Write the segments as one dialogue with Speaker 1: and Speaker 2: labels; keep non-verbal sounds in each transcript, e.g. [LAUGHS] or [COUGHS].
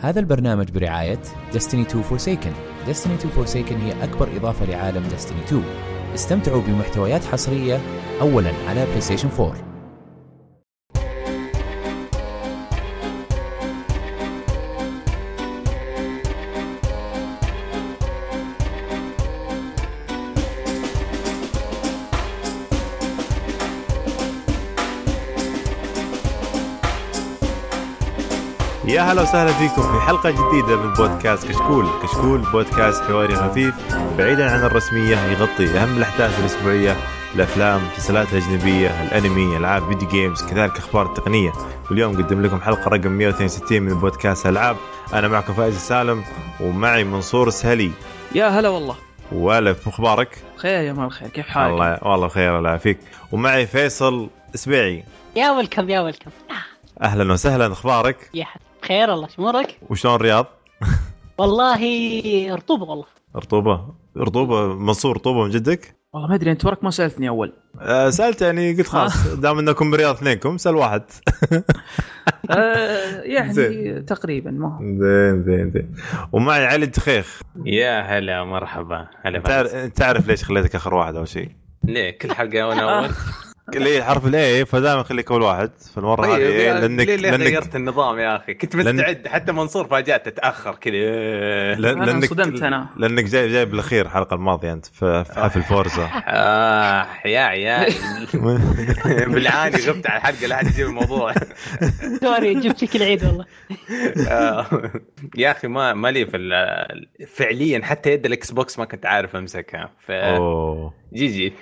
Speaker 1: هذا البرنامج برعاية Destiny 2 Forsaken Destiny 2 Forsaken هي أكبر إضافة لعالم Destiny 2 استمتعوا بمحتويات حصرية أولا على PlayStation 4
Speaker 2: يا هلا وسهلا فيكم في حلقة جديدة من بودكاست كشكول، كشكول بودكاست حواري خفيف بعيدا عن الرسمية يغطي أهم الأحداث الأسبوعية، الأفلام، المسلسلات الأجنبية، الأنمي، ألعاب فيديو جيمز، كذلك أخبار التقنية، واليوم قدم لكم حلقة رقم 162 من بودكاست ألعاب، أنا معكم فايز السالم ومعي منصور السهلي،
Speaker 3: يا هلا والله
Speaker 2: وألف مخبارك؟
Speaker 3: خير يا مال الخير كيف حالك؟
Speaker 2: الله والله بخير الله يعافيك، ومعي فيصل سبيعي،
Speaker 4: يا ولكم يا ولكم
Speaker 2: أهلا وسهلا أخبارك؟
Speaker 4: يا حد بخير الله شمورك
Speaker 2: وشلون الرياض؟
Speaker 4: والله رطوبه والله
Speaker 2: رطوبة؟ رطوبة منصور رطوبة من جدك؟
Speaker 3: والله ما ادري انت وراك ما
Speaker 2: [LAUGHS]
Speaker 3: سالتني اول
Speaker 2: آه، سالت يعني قلت خلاص دام انكم برياض اثنينكم سال واحد
Speaker 3: آه يعني
Speaker 2: زين.
Speaker 3: تقريبا ما هو.
Speaker 2: زين زين زين ومعي علي الدخيخ
Speaker 5: يا هلا مرحبا هلا فارس
Speaker 2: تعر- تعرف ليش خليتك اخر واحد اول شيء
Speaker 5: ليه كل حلقه وانا اول
Speaker 2: ليه حرف الاي فدائما خليك اول واحد في المره هذه
Speaker 5: طيب
Speaker 2: إيه،
Speaker 5: يا-
Speaker 2: لانك
Speaker 5: ليه ليه
Speaker 2: لانك
Speaker 5: غيرت النظام يا اخي كنت
Speaker 2: لأن-
Speaker 5: مستعد حتى منصور فاجاته تاخر كذا
Speaker 2: لأن-
Speaker 3: انا
Speaker 2: لانك
Speaker 3: انصدمت انا
Speaker 2: لانك جاي جاي بالاخير الحلقه الماضيه انت في في حفل
Speaker 5: [LAUGHS]
Speaker 2: فورزا
Speaker 5: آه يا [LAUGHS] عيال بالعاني غبت على الحلقه لا احد يجيب الموضوع
Speaker 4: سوري جبت لك العيد والله
Speaker 5: آه، يا اخي ما ما لي في ال- فعليا حتى يد الاكس بوكس ما كنت عارف امسكها ف
Speaker 2: اوه
Speaker 5: جي جي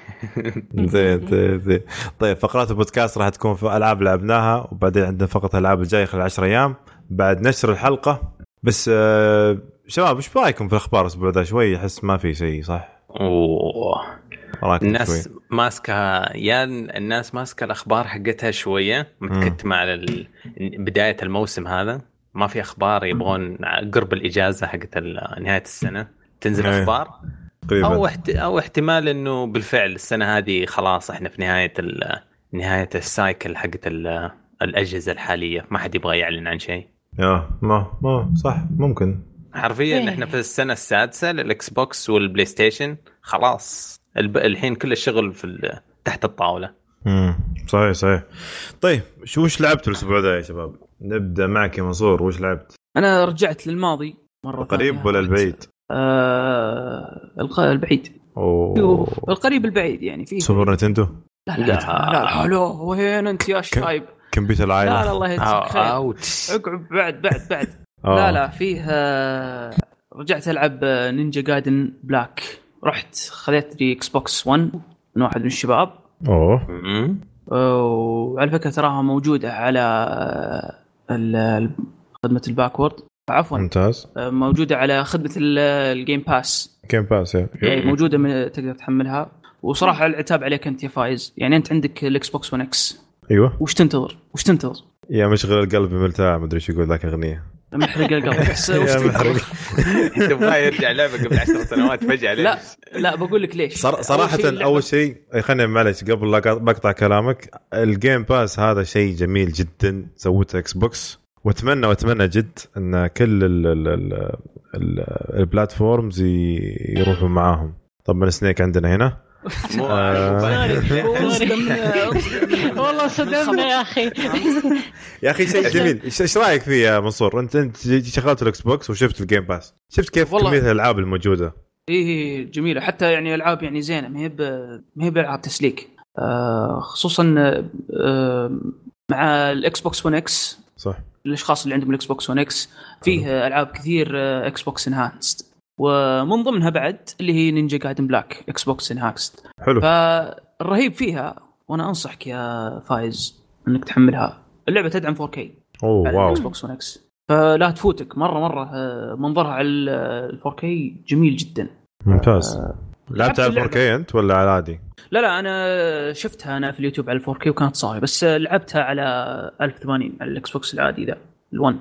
Speaker 2: زين زين زين طيب فقرات البودكاست راح تكون في العاب لعبناها وبعدين عندنا فقره الالعاب الجايه خلال 10 ايام بعد نشر الحلقه بس آه شباب ايش رايكم في الاخبار الاسبوع ذا شوي احس ما في شيء صح؟
Speaker 5: اوه
Speaker 2: رايكم
Speaker 5: الناس
Speaker 2: شوي.
Speaker 5: ماسكه يا الناس ماسكه الاخبار حقتها شويه متكتمه على ال... بدايه الموسم هذا ما في اخبار يبغون قرب الاجازه حقت ال- نهايه السنه تنزل
Speaker 2: إيه.
Speaker 5: اخبار
Speaker 2: تقريبا
Speaker 5: او احت... او احتمال انه بالفعل السنه هذه خلاص احنا في نهايه ال... نهايه السايكل حقت ال... الاجهزه الحاليه ما حد يبغى يعلن عن شيء
Speaker 2: آه، ما ما صح ممكن
Speaker 5: حرفيا
Speaker 4: إيه.
Speaker 5: احنا في السنه السادسه للاكس بوكس والبلاي ستيشن خلاص الب... الحين كل الشغل في ال... تحت الطاوله
Speaker 2: امم صحيح صحيح طيب شو وش لعبتوا الاسبوع ذا يا شباب؟ نبدا معك يا منصور وش لعبت؟
Speaker 3: انا رجعت للماضي مره
Speaker 2: القريب
Speaker 3: ثانية.
Speaker 2: ولا البعيد؟
Speaker 3: آه الق- البعيد
Speaker 2: اوه
Speaker 3: شوف القريب البعيد يعني فيه
Speaker 2: سوبر نتندو
Speaker 3: لا
Speaker 5: لا.
Speaker 3: لا لا حلو وين انت يا شايب
Speaker 2: كمبيوتر
Speaker 3: لا
Speaker 2: العائله
Speaker 3: لا الله يجزيك
Speaker 5: أو-
Speaker 3: خير
Speaker 5: اوتش
Speaker 3: اقعد بعد بعد بعد
Speaker 2: آه.
Speaker 3: لا لا فيه آه، رجعت العب آه، نينجا جايدن بلاك رحت خذيت لي اكس بوكس 1 من واحد من الشباب
Speaker 2: اوه
Speaker 5: مم.
Speaker 3: وعلى فكره تراها موجوده على ال- ال- خدمه الباكورد عفوا
Speaker 2: ممتاز
Speaker 3: موجوده على خدمه ال- الجيم باس
Speaker 2: كيم باس يا.
Speaker 3: يعني
Speaker 5: [LAUGHS]
Speaker 3: موجوده من تقدر تحملها وصراحه العتاب عليك انت يا فايز يعني انت عندك الاكس بوكس 1 اكس
Speaker 2: ايوه
Speaker 3: وش تنتظر؟ وش تنتظر؟
Speaker 2: يا مشغل القلب بملتاع ما ادري ايش يقول ذاك الاغنيه
Speaker 3: محرق
Speaker 2: [LAUGHS]
Speaker 3: القلب بس وش
Speaker 2: يا
Speaker 3: تنتظر؟
Speaker 2: محرق.
Speaker 5: تبغاه يرجع لعبه قبل عشر سنوات فجاه ليش؟
Speaker 3: لا لا بقول لك ليش
Speaker 2: صر- صراحه
Speaker 3: شيء اللعبة-
Speaker 2: اول شيء أي خلينا معلش قبل لا أقط- بقطع كلامك الجيم باس هذا شيء جميل جدا سوته اكس بوكس واتمنى واتمنى جد ان كل ال ال ال ال البلاتفورمز ي- يروحوا معاهم طبعا سنيك عندنا هنا
Speaker 5: مو [LAUGHS]
Speaker 4: والله صدمنا يا اخي
Speaker 2: يا اخي شيء جميل [LAUGHS] إيش- ايش رايك فيه يا منصور انت انت ج- شغلت الاكس بوكس وشفت الجيم باس شفت كيف
Speaker 3: والله.
Speaker 2: كميه الالعاب الموجوده
Speaker 3: اي إي جميله إيه، حتى يعني العاب يعني زينه ما هي ب- ما هي بالعاب تسليك آه خصوصا آه مع الاكس بوكس 1 اكس
Speaker 2: صح
Speaker 3: الاشخاص اللي عندهم الاكس بوكس 1 اكس فيه آه، العاب كثير آه، اكس بوكس انهانسد ومن ضمنها بعد اللي هي نينجا جايدن بلاك اكس بوكس انهانسد
Speaker 2: حلو
Speaker 3: فالرهيب فيها وانا انصحك يا فايز انك تحملها اللعبه تدعم 4K
Speaker 2: اوه
Speaker 3: على
Speaker 2: واو
Speaker 3: الاكس بوكس 1 اكس فلا تفوتك مره مره آه، منظرها على ال 4K جميل جدا
Speaker 2: ممتاز لعبت على
Speaker 3: اللعبة.
Speaker 2: 4K انت ولا على عادي؟
Speaker 3: لا لا انا شفتها انا في اليوتيوب على 4K وكانت صايره بس آه، لعبتها على 1080 على الاكس بوكس العادي ذا ال1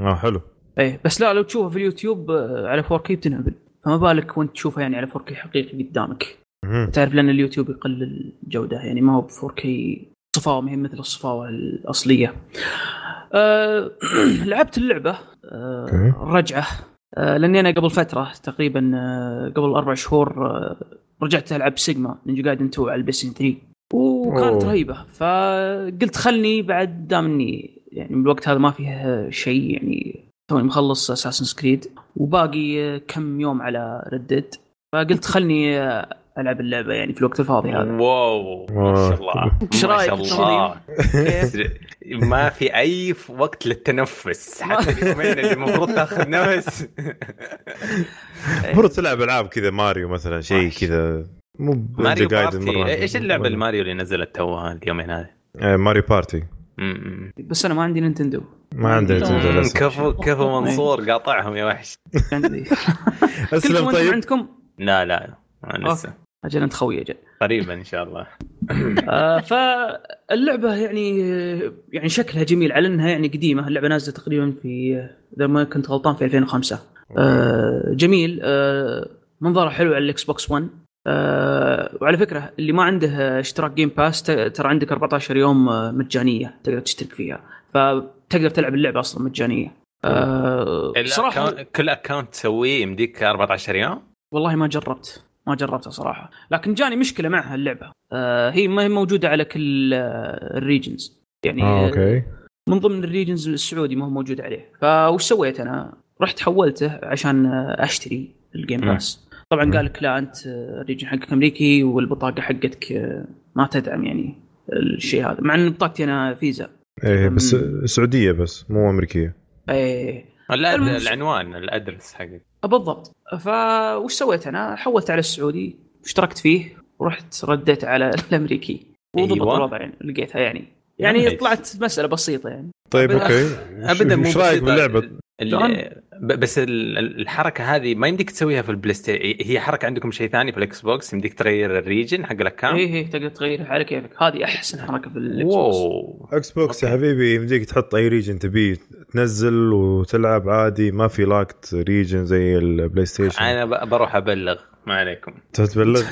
Speaker 2: اه حلو
Speaker 3: ايه بس لا لو تشوفها في اليوتيوب آه، على 4K بتنهبل فما بالك وانت تشوفها يعني على 4K حقيقي قدامك
Speaker 2: مهم.
Speaker 3: تعرف لان اليوتيوب يقلل الجوده يعني ما هو ب 4K صفاوه ما هي مثل الصفاوه الاصليه أه [CLEARS THROAT] لعبت اللعبه آه،
Speaker 2: أوكي.
Speaker 3: رجعه آه، لاني انا قبل فتره تقريبا آه، قبل اربع شهور آه، رجعت العب سيجما نينجا جايدن 2 على البلاي ستيشن 3 وكانت
Speaker 2: أوه.
Speaker 3: رهيبه فقلت خلني بعد دام اني يعني من الوقت هذا ما فيه شيء يعني توني مخلص اساسن سكريد وباقي آه، كم يوم على ردد فقلت خلني آه، العب اللعبه يعني في الوقت الفاضي هذا
Speaker 5: واو ما شاء الله
Speaker 3: إيش
Speaker 5: ما شاء
Speaker 3: رأيك
Speaker 5: الله [LAUGHS] ما في اي وقت للتنفس حتى اليومين اللي المفروض تاخذ نفس
Speaker 2: المفروض تلعب العاب كذا ماريو مثلا شيء
Speaker 5: ماشي.
Speaker 2: كذا مو ب-
Speaker 5: ماريو
Speaker 2: The Guardian
Speaker 5: بارتي
Speaker 2: مرة.
Speaker 5: ايش اللعبه الماريو اللي نزلت توها اليومين هذه؟
Speaker 2: آه، ماريو بارتي
Speaker 5: م- م.
Speaker 3: بس انا ما عندي نينتندو
Speaker 2: ما عندنا
Speaker 4: مم.
Speaker 2: نينتندو
Speaker 5: م-
Speaker 2: للأسف.
Speaker 5: كفو كفو منصور قاطعهم يا وحش
Speaker 3: عندي كلكم
Speaker 2: اسلم
Speaker 3: انتم
Speaker 2: طيب
Speaker 3: عندكم
Speaker 5: لا لا أنا لسه
Speaker 3: اجل انت خوي اجل
Speaker 5: قريبا ان شاء الله
Speaker 3: [LAUGHS] آه، فاللعبه يعني يعني شكلها جميل على انها يعني قديمه اللعبه نازله تقريبا في اذا ما كنت غلطان في 2005 آه، جميل آه، منظرها حلو على الاكس بوكس 1 آه، وعلى فكره اللي ما عنده اشتراك جيم باس ت- ترى عندك 14 يوم آه، مجانيه تقدر تشترك فيها فتقدر تلعب اللعبه اصلا مجانيه آه، صراحه
Speaker 5: الأكاونت- كل اكونت تسويه يمديك 14 يوم
Speaker 3: والله ما جربت ما جربتها صراحه لكن جاني مشكله معها اللعبه آه هي ما هي موجوده على كل آه، الريجنز يعني
Speaker 2: اه
Speaker 3: آه
Speaker 2: اوكي
Speaker 3: من ضمن الريجنز السعودي ما هو موجود عليه فوش سويت انا رحت حولته عشان آه، اشتري الجيم
Speaker 5: مم.
Speaker 3: باس طبعا
Speaker 2: مم.
Speaker 3: قال لك لا انت آه، الريجن حقك امريكي والبطاقه حقتك آه، ما تدعم يعني الشيء هذا مع ان بطاقتي انا فيزا
Speaker 2: ايه بس
Speaker 3: أم.
Speaker 2: سعوديه بس مو امريكيه
Speaker 3: اي
Speaker 5: لا
Speaker 3: المهم.
Speaker 5: العنوان الادرس حقك
Speaker 3: بالضبط فوش سويت انا حولت على السعودي اشتركت فيه ورحت رديت على الامريكي وضبط
Speaker 5: أيوة.
Speaker 3: أيوة. الوضع يعني لقيتها يعني يعني
Speaker 5: نايس.
Speaker 3: طلعت مساله بسيطه يعني
Speaker 2: طيب
Speaker 5: [LAUGHS] أبداً-
Speaker 2: اوكي
Speaker 5: ابدا مو
Speaker 2: ايش رايك
Speaker 5: بسيطة.
Speaker 2: باللعبه؟
Speaker 5: ال-
Speaker 3: طبعاً.
Speaker 5: ب- بس ال- ال- الحركه هذه ما يمديك تسويها في البلاي ستيشن هي حركه عندكم شيء ثاني في الاكس بوكس يمديك تغير الريجن حق الاكونت
Speaker 3: اي اي إيه، تقدر تغيرها على كيفك هذه احسن حركه في الاكس بوكس
Speaker 5: واو
Speaker 2: اكس بوكس يا
Speaker 5: أوكي.
Speaker 2: حبيبي يمديك تحط اي ريجن تبيه تنزل وتلعب عادي ما في لاكت ريجن زي البلاي ستيشن
Speaker 5: انا ب- بروح ابلغ ما [LAUGHS] عليكم
Speaker 2: تبلغ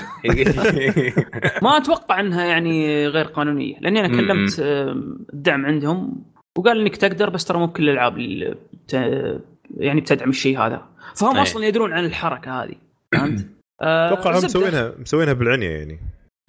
Speaker 3: ما اتوقع انها يعني غير قانونيه لاني انا
Speaker 5: م-م.
Speaker 3: كلمت آم، الدعم عندهم وقال انك تقدر بس ترى مو بكل الالعاب اللي بت- يعني بتدعم الشيء هذا فهم
Speaker 5: أي.
Speaker 3: اصلا يدرون عن الحركه
Speaker 5: [COUGHS]
Speaker 3: هذه فهمت؟ آه،
Speaker 5: أه،
Speaker 2: اتوقع هم
Speaker 3: زبدة.
Speaker 2: مسوينها مسوينها بالعنيه يعني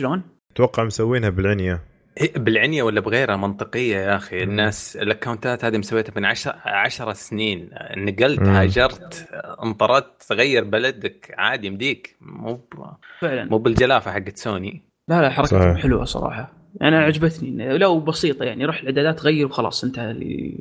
Speaker 3: شلون؟
Speaker 2: اتوقع مسوينها بالعنيه
Speaker 5: إيه، بالعنيه ولا بغيرها منطقيه يا اخي الناس الاكونتات هذه مسويتها من 10 10 سنين نقلت
Speaker 2: مم.
Speaker 5: هاجرت انطردت غير بلدك عادي يمديك مو ب-
Speaker 3: فعلا
Speaker 5: مو بالجلافه حقت سوني
Speaker 3: لا لا حركتهم
Speaker 2: صحيح.
Speaker 3: حلوه صراحه انا عجبتني لو بسيطه يعني روح الاعدادات غير وخلاص انتهى ال-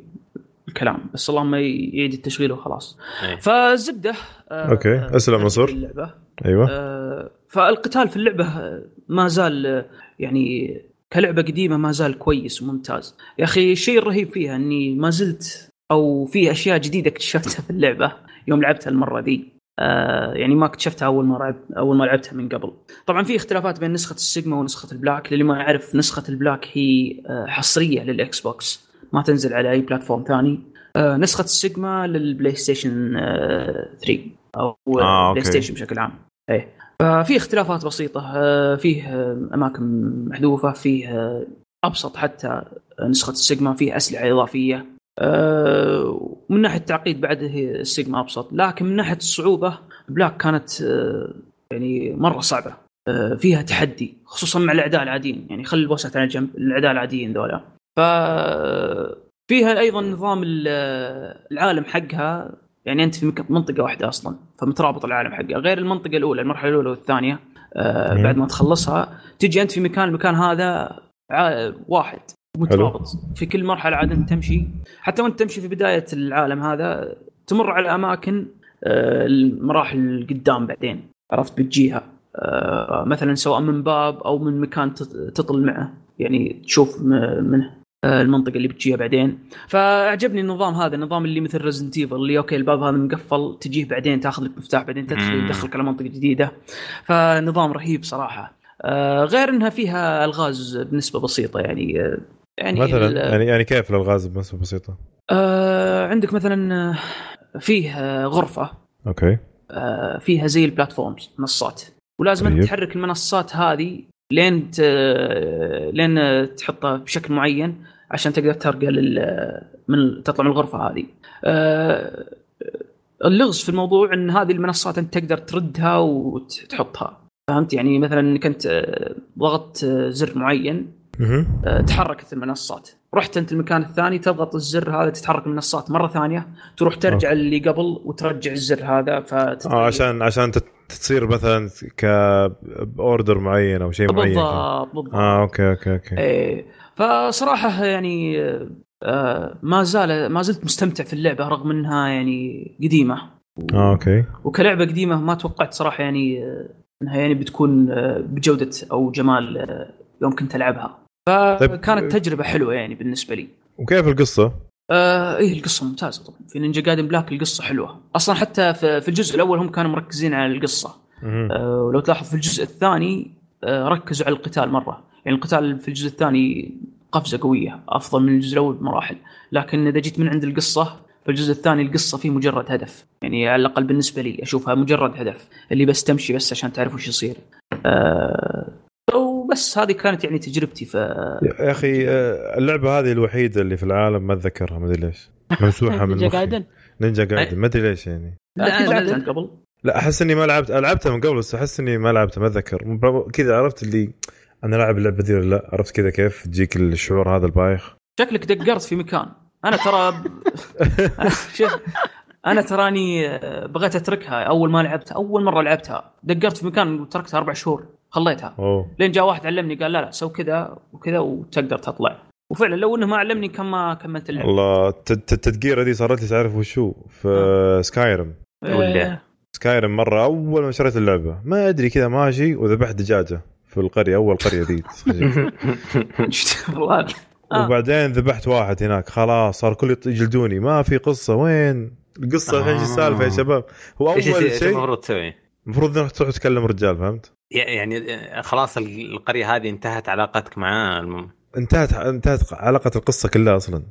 Speaker 3: الكلام بس اللهم يعيد التشغيل وخلاص
Speaker 5: إيه.
Speaker 3: فالزبده آه،
Speaker 2: أوكي. أسلم
Speaker 3: آه،
Speaker 2: منصور.
Speaker 3: اللعبه
Speaker 5: أه،
Speaker 2: ايوه
Speaker 3: آه، فالقتال في اللعبه آه، ما زال آه، يعني كلعبه قديمه ما زال كويس وممتاز يا اخي الشيء الرهيب فيها اني ما زلت او في اشياء جديده اكتشفتها في اللعبه يوم لعبتها المره دي آه، يعني ما اكتشفتها اول ما لعب اول ما لعبتها من قبل طبعا في اختلافات بين نسخه السيجما ونسخه البلاك للي ما يعرف نسخه البلاك هي آه، حصريه للاكس بوكس ما تنزل على اي بلاتفورم ثاني آه، نسخه السيجما للبلاي ستيشن آه، 3 او
Speaker 2: آه،
Speaker 3: آه،
Speaker 2: أوكي.
Speaker 3: بلاي ستيشن بشكل عام ايه ففي اختلافات بسيطه آه، فيه آه، اماكن محذوفه فيه آه، ابسط حتى نسخه السيجما فيه اسلحه اضافيه آه، ومن ناحيه التعقيد بعد هي السيجما ابسط لكن من ناحيه الصعوبه بلاك كانت آه، يعني مره صعبه آه، فيها تحدي خصوصا مع الاعداء العاديين يعني خلي البوسات على جنب الاعداء العاديين ذولا ف فيها ايضا نظام ال- العالم حقها يعني انت في مك- منطقه واحده اصلا فمترابط العالم حقها غير المنطقه الاولى المرحله الاولى والثانيه آه،
Speaker 2: مم.
Speaker 3: بعد ما تخلصها تجي انت في مكان المكان هذا ع- واحد مترابط في كل مرحله عاد انت تمشي حتى وانت تمشي في بدايه العالم هذا تمر على اماكن آه، المراحل اللي قدام بعدين عرفت بتجيها آه، مثلا سواء من باب او من مكان تط- تطل معه يعني تشوف م- منه آه، المنطقه اللي بتجيها بعدين فاعجبني النظام هذا النظام اللي مثل ريزنت ايفل اللي اوكي الباب هذا مقفل تجيه بعدين تاخذ لك مفتاح بعدين تدخل
Speaker 5: مم.
Speaker 3: يدخلك على منطقه جديده فنظام رهيب صراحه آه، غير انها فيها الغاز بنسبه بسيطه يعني آه، يعني ال-
Speaker 2: مثلا يعني يعني كيف الالغاز بس بسيطه
Speaker 3: آه، عندك مثلا آه، فيه آه، غرفه
Speaker 2: اوكي
Speaker 3: آه، فيها زي البلاتفورمز منصات ولازم
Speaker 2: طيب.
Speaker 3: انت تحرك المنصات هذه لين ت... لين آه، تحطها بشكل معين عشان تقدر ترقى لل آه، من تطلع من الغرفه هذه. آه، اللغز في الموضوع ان هذه المنصات انت تقدر تردها وتحطها فهمت يعني مثلا انك انت آه، ضغطت آه، زر معين
Speaker 2: مهم.
Speaker 3: آه، تحركت المنصات رحت انت المكان الثاني تضغط الزر هذا تتحرك المنصات مره ثانيه تروح ترجع اللي قبل وترجع الزر هذا فت...
Speaker 2: اه عشان عشان تت- تصير مثلا ك باوردر معين او شيء معين
Speaker 3: بالضبط بالضبط
Speaker 2: اه اوكي اوكي اوكي
Speaker 3: ايه فصراحه يعني آه، ما زال ما زلت مستمتع في اللعبه رغم انها يعني قديمه
Speaker 2: اه اوكي
Speaker 3: وكلعبه قديمه ما توقعت صراحه يعني آه، انها يعني بتكون آه، بجوده او جمال آه، يوم كنت العبها آه،
Speaker 2: طيب.
Speaker 3: فكانت تجربه حلوه يعني بالنسبه لي
Speaker 2: وكيف القصه؟
Speaker 3: آه ايه القصه ممتازه طبعا في نينجا جاردن بلاك القصه حلوه اصلا حتى في في الجزء الاول هم كانوا مركزين على القصه
Speaker 2: مهم.
Speaker 3: آه، ولو تلاحظ في الجزء الثاني آه، ركزوا على القتال مره يعني القتال في الجزء الثاني قفزه قويه افضل من الجزء الاول بمراحل لكن اذا جيت من عند القصه فالجزء الثاني القصه فيه مجرد هدف يعني على الاقل بالنسبه لي اشوفها مجرد هدف اللي بس تمشي بس عشان تعرف وش يصير آه، وبس هذه كانت يعني تجربتي في
Speaker 2: يا اخي آه، اللعبه هذه الوحيده اللي في العالم ما اتذكرها ما ادري
Speaker 3: [LAUGHS]
Speaker 2: ليش ممسوحه من
Speaker 4: نينجا
Speaker 2: مخي
Speaker 4: جاردن
Speaker 2: نينجا
Speaker 3: إيه.
Speaker 2: جاردن ما ادري ليش يعني
Speaker 5: لا، لا،
Speaker 3: لعبت
Speaker 5: لا.
Speaker 3: أنت قبل
Speaker 2: لا احس اني ما لعبت لعبتها من قبل بس احس اني ما لعبتها ما اتذكر مب- كذا عرفت اللي انا لاعب اللعبه ذي ولا لا عرفت كذا كيف تجيك الشعور هذا البايخ
Speaker 3: شكلك دقرت في مكان انا ترى [LAUGHS] شوف انا تراني آه، بغيت اتركها اول ما لعبتها اول مره لعبتها دقرت في مكان وتركتها اربع شهور خليتها
Speaker 2: اوه
Speaker 3: لين جاء واحد علمني قال لا لا سو كذا وكذا وتقدر تطلع وفعلا لو انه ما علمني كان ما كملت اللعب
Speaker 2: الله الت- الت- التدقيره دي صارت لي تعرف وشو في سكايرم
Speaker 5: ولا.
Speaker 3: آه،
Speaker 2: سكايرم مره اول ما شريت اللعبه ما ادري كذا ماشي وذبحت دجاجه في القريه اول قريه ذي
Speaker 3: شفت؟ [LAUGHS] والله آه.
Speaker 2: وبعدين ذبحت واحد هناك خلاص صار كل يط- يجلدوني ما في قصه وين القصه الحين ايش
Speaker 5: آه.
Speaker 2: السالفه يا شباب هو
Speaker 5: ايش
Speaker 2: اول
Speaker 5: ايش
Speaker 2: شيء
Speaker 5: المفروض تسوي؟
Speaker 2: المفروض انك تروح تكلم رجال فهمت
Speaker 5: يعني خلاص القريه هذه انتهت علاقتك معاه المهم
Speaker 2: انتهت انتهت علاقه القصه كلها اصلا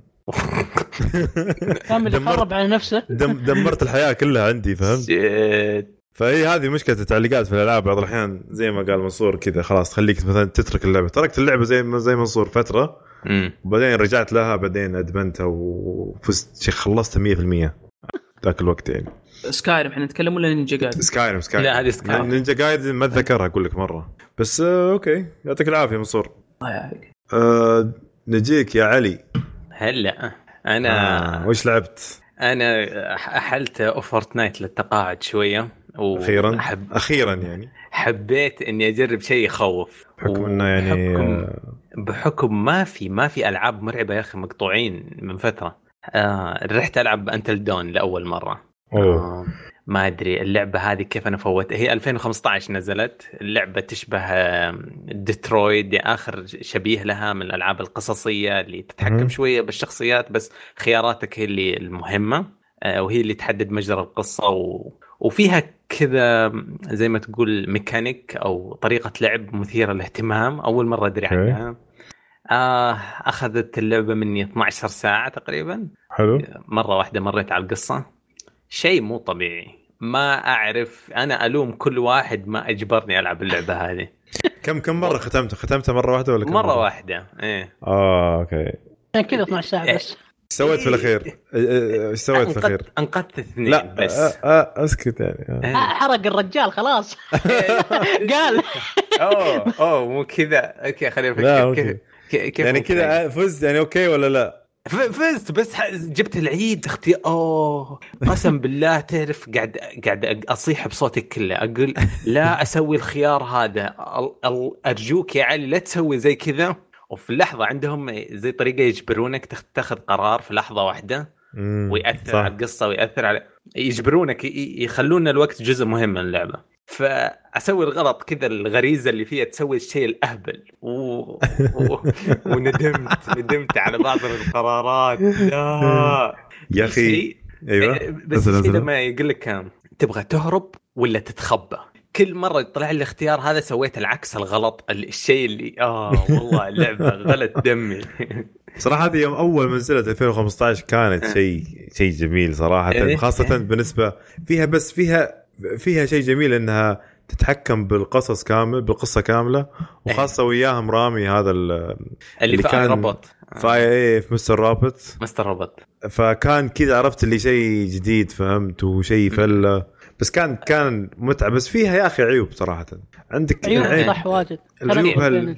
Speaker 4: كامل
Speaker 2: دمرت-
Speaker 4: يخرب على نفسه
Speaker 2: دم دمرت الحياه كلها عندي فهمت
Speaker 5: شيت.
Speaker 2: فهي هذه مشكله التعليقات في الالعاب بعض الاحيان زي ما قال منصور كذا خلاص تخليك مثلا تترك اللعبه تركت اللعبه زي ما زي منصور فتره
Speaker 5: أمم.
Speaker 2: وبعدين رجعت لها بعدين ادمنتها وفزت شيخ خلصت 100% ذاك الوقت يعني
Speaker 3: سكايرم احنا نتكلم ولا نينجا جاردن
Speaker 2: سكايرم سكايرم
Speaker 5: لا، هذه Skyrim.
Speaker 2: نينجا جايد ما اتذكرها اقول لك مره بس آه اوكي يعطيك العافيه منصور
Speaker 3: الله يعافيك
Speaker 2: آه نجيك يا علي
Speaker 5: هلا انا
Speaker 2: آه وش لعبت؟
Speaker 5: انا احلت اوفرت نايت للتقاعد شويه
Speaker 2: اخيرا
Speaker 5: أحب
Speaker 2: اخيرا يعني
Speaker 5: حبيت اني اجرب شيء يخوف
Speaker 2: بحكم انه يعني
Speaker 5: وبحكم-
Speaker 2: آه،
Speaker 5: بحكم ما في ما في العاب مرعبه يا اخي مقطوعين من فتره آه رحت العب انتل دون لاول مره
Speaker 2: اوه
Speaker 5: آه ما ادري اللعبه هذه كيف انا فوتها هي 2015 نزلت اللعبه تشبه ديترويد اخر شبيه لها من الالعاب القصصيه اللي
Speaker 2: مهم.
Speaker 5: تتحكم شويه بالشخصيات بس خياراتك هي اللي المهمه آه، وهي اللي تحدد مجرى القصه و... وفيها كذا زي ما تقول ميكانيك او طريقه لعب مثيره للاهتمام اول مره ادري
Speaker 2: أوكي.
Speaker 5: عنها آه اخذت اللعبه مني 12 ساعه تقريبا
Speaker 2: حلو
Speaker 5: مره واحده مريت على القصه شيء مو طبيعي ما اعرف انا الوم كل واحد ما اجبرني العب اللعبه هذه
Speaker 2: كم كم مره ختمته؟ ختمته مره واحده ولا كم
Speaker 5: مره واحده ايه
Speaker 2: اه اوكي
Speaker 4: عشان كذا 12 ساعه بس
Speaker 2: ايش سويت في
Speaker 5: [LAUGHS]
Speaker 2: الاخير؟ آه، آه، ايش سويت في الاخير؟
Speaker 5: انقذت انقذت اثنين
Speaker 2: لا
Speaker 5: بس
Speaker 2: آه، آه، اسكت يعني آه.
Speaker 5: [LAUGHS] إيه.
Speaker 4: آه، حرق الرجال
Speaker 5: [LAUGHS]
Speaker 4: خلاص قال
Speaker 5: اوه اوه مو كذا اوكي خلينا
Speaker 2: لا،
Speaker 5: نفكر
Speaker 2: أوكي.
Speaker 5: كيف- كيف كيف
Speaker 2: يعني
Speaker 5: ممكن أجيب؟
Speaker 2: كذا فزت يعني اوكي ولا لا؟
Speaker 5: ف- فزت بس ح- جبت العيد اختي اوه قسم بالله تعرف قاعد قاعد اصيح بصوتي كله اقول لا اسوي الخيار هذا ال- ال- ارجوك يا علي لا تسوي زي كذا وفي اللحظه عندهم زي طريقه يجبرونك تخ- تاخذ قرار في لحظه واحده
Speaker 2: مم،
Speaker 5: وياثر
Speaker 2: صح.
Speaker 5: على القصه وياثر على يجبرونك ي- يخلون الوقت جزء مهم من اللعبه فاسوي الغلط كذا الغريزه اللي فيها تسوي الشيء الاهبل و... و... وندمت ندمت على بعض
Speaker 2: [LAUGHS]
Speaker 5: القرارات لا
Speaker 2: يا اخي
Speaker 5: شيء-
Speaker 2: ايوه
Speaker 5: بس
Speaker 2: نزل-
Speaker 5: الشيء
Speaker 2: نزل.
Speaker 5: لما يقول لك تبغى تهرب ولا تتخبى كل مره يطلع لي الاختيار هذا سويت العكس الغلط ال- الشيء اللي اه والله اللعبه غلت دمي [LAUGHS]
Speaker 2: صراحه هذه يوم اول ما نزلت 2015 كانت شيء شيء جميل صراحه
Speaker 5: آه. إيه.
Speaker 2: خاصه
Speaker 5: إيه.
Speaker 2: بالنسبه فيها بس فيها فيها شيء جميل انها تتحكم
Speaker 5: إيه.
Speaker 2: بالقصص كامل بالقصه كامله وخاصه وياهم رامي هذا ال-
Speaker 5: اللي,
Speaker 2: اللي
Speaker 5: اللي
Speaker 2: كان-
Speaker 5: كان ربط
Speaker 2: فاي في مستر رابط
Speaker 5: مستر روبوت
Speaker 2: فكان كذا عرفت اللي شيء جديد فهمت وشيء فله بس كان كان متعه بس فيها يا اخي عيوب صراحه عندك
Speaker 4: عيوب
Speaker 2: العيب-
Speaker 4: صح واجد
Speaker 2: العيوب
Speaker 4: خلنا-
Speaker 2: هال-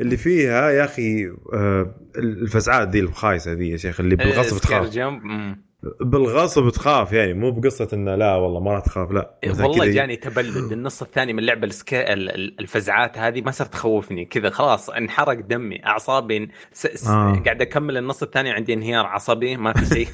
Speaker 2: اللي فيها يا اخي آه، الفزعات ذي الخايسه ذي يا شيخ اللي
Speaker 5: إيه،
Speaker 2: بالغصب
Speaker 5: سكير
Speaker 2: تخاف
Speaker 5: جمب مم.
Speaker 2: بالغصب تخاف يعني مو بقصه انه لا والله ما راح تخاف لا مثلاً
Speaker 5: إيه، والله يعني
Speaker 2: كذا
Speaker 5: جاني
Speaker 2: [CLEARS THROAT]
Speaker 5: تبلد النص الثاني من اللعبه السكا... ال- ال- الفزعات هذه ما صارت تخوفني كذا خلاص انحرق دمي اعصابي س... س...
Speaker 2: آه.
Speaker 5: قاعد اكمل النص الثاني عندي انهيار عصبي ما في
Speaker 2: [LAUGHS]
Speaker 5: شيء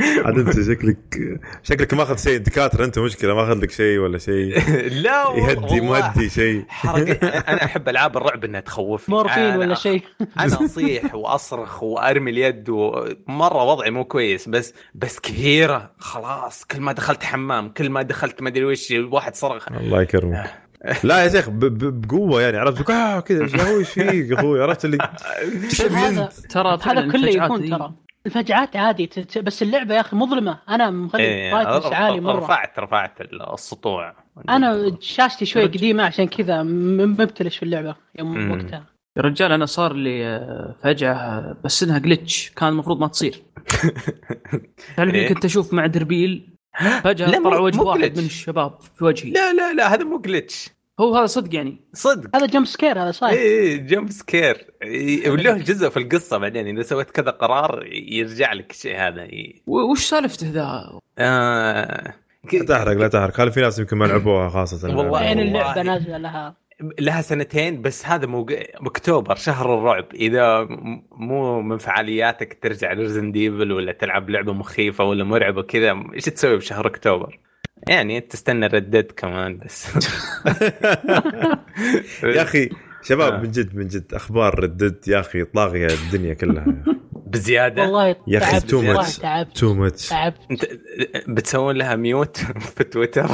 Speaker 2: عاد انت شكلك شكلك ما اخذ شيء دكاتره انت مشكله ما اخذ لك شيء ولا شيء
Speaker 5: لا [LAUGHS] والله-
Speaker 2: يهدي
Speaker 5: والله
Speaker 2: مهدي شيء [LAUGHS]
Speaker 5: حركة انا احب العاب الرعب انها تخوفني
Speaker 4: مورفين
Speaker 5: أنا-
Speaker 4: ولا
Speaker 5: [LAUGHS]
Speaker 4: شيء
Speaker 5: انا اصيح واصرخ وارمي اليد ومره وضعي مو كويس بس بس كثيره خلاص كل ما دخلت حمام كل ما دخلت ما ادري وش الواحد صرخ
Speaker 2: الله يكرمك لا يا شيخ ب- ب- بقوه يعني عرفت آه كذا يا اخوي ايش فيك يا اخوي عرفت اللي ايش تبي
Speaker 4: هذا-
Speaker 2: انت؟
Speaker 3: ترى فعلاً
Speaker 4: هذا كله
Speaker 3: الفجعات
Speaker 4: يكون
Speaker 3: ذي-
Speaker 4: ترى الفجعات عادي ت- ت- بس اللعبه يا اخي مظلمه انا مخلي
Speaker 5: إيه،
Speaker 4: برايتنس
Speaker 5: رف-
Speaker 4: عالي مره
Speaker 5: رفعت رفعت السطوع
Speaker 4: انا شاشتي شوي
Speaker 3: رجل.
Speaker 4: قديمه عشان كذا م- مبتلش في اللعبه يوم
Speaker 5: مم.
Speaker 4: وقتها
Speaker 3: يا رجال انا صار لي آه، فجاه آه، بس انها جلتش كان المفروض ما
Speaker 5: [LAUGHS]
Speaker 3: تصير تعرف
Speaker 5: إيه.
Speaker 3: إيه؟ كنت اشوف مع
Speaker 5: [GASPS]
Speaker 3: دربيل
Speaker 5: لا،
Speaker 3: فجاه
Speaker 5: مو-
Speaker 3: طلع وجه
Speaker 5: مو
Speaker 3: واحد
Speaker 5: glitch.
Speaker 3: من الشباب في وجهي
Speaker 5: لا لا لا هذا مو جلتش
Speaker 3: هو هذا صدق يعني
Speaker 5: صدق إيه،
Speaker 4: هذا جمب سكير هذا صاير
Speaker 5: اي جمب سكير إيه، وله جزء في القصه بعدين اذا سويت كذا قرار يرجع لك الشيء هذا إيه.
Speaker 3: و- وش سالفته ذا
Speaker 5: آه
Speaker 2: لا تحرق لا تحرق هل في ناس يمكن ما لعبوها خاصه
Speaker 5: والله.
Speaker 4: يعني
Speaker 5: والله.
Speaker 4: اللعبه نازله لها
Speaker 5: لها سنتين بس هذا مو اكتوبر شهر الرعب اذا م- مو من فعالياتك ترجع لرزن ديفل ولا تلعب لعبه مخيفه ولا مرعبه كذا ايش تسوي بشهر اكتوبر؟ يعني تستنى ردد كمان بس
Speaker 2: [LAUGHS]
Speaker 5: [LAUGHS]
Speaker 2: يا اخي شباب
Speaker 5: آه.
Speaker 2: من جد من جد اخبار ردد يا اخي طاغيه الدنيا كلها
Speaker 5: بزياده
Speaker 4: والله
Speaker 2: يا اخي [LAUGHS]
Speaker 4: تعبت
Speaker 2: too
Speaker 4: والله
Speaker 2: much.
Speaker 4: تعبت
Speaker 2: تو ماتش
Speaker 4: تعبت
Speaker 5: انت بتسوون لها ميوت [LAUGHS] في تويتر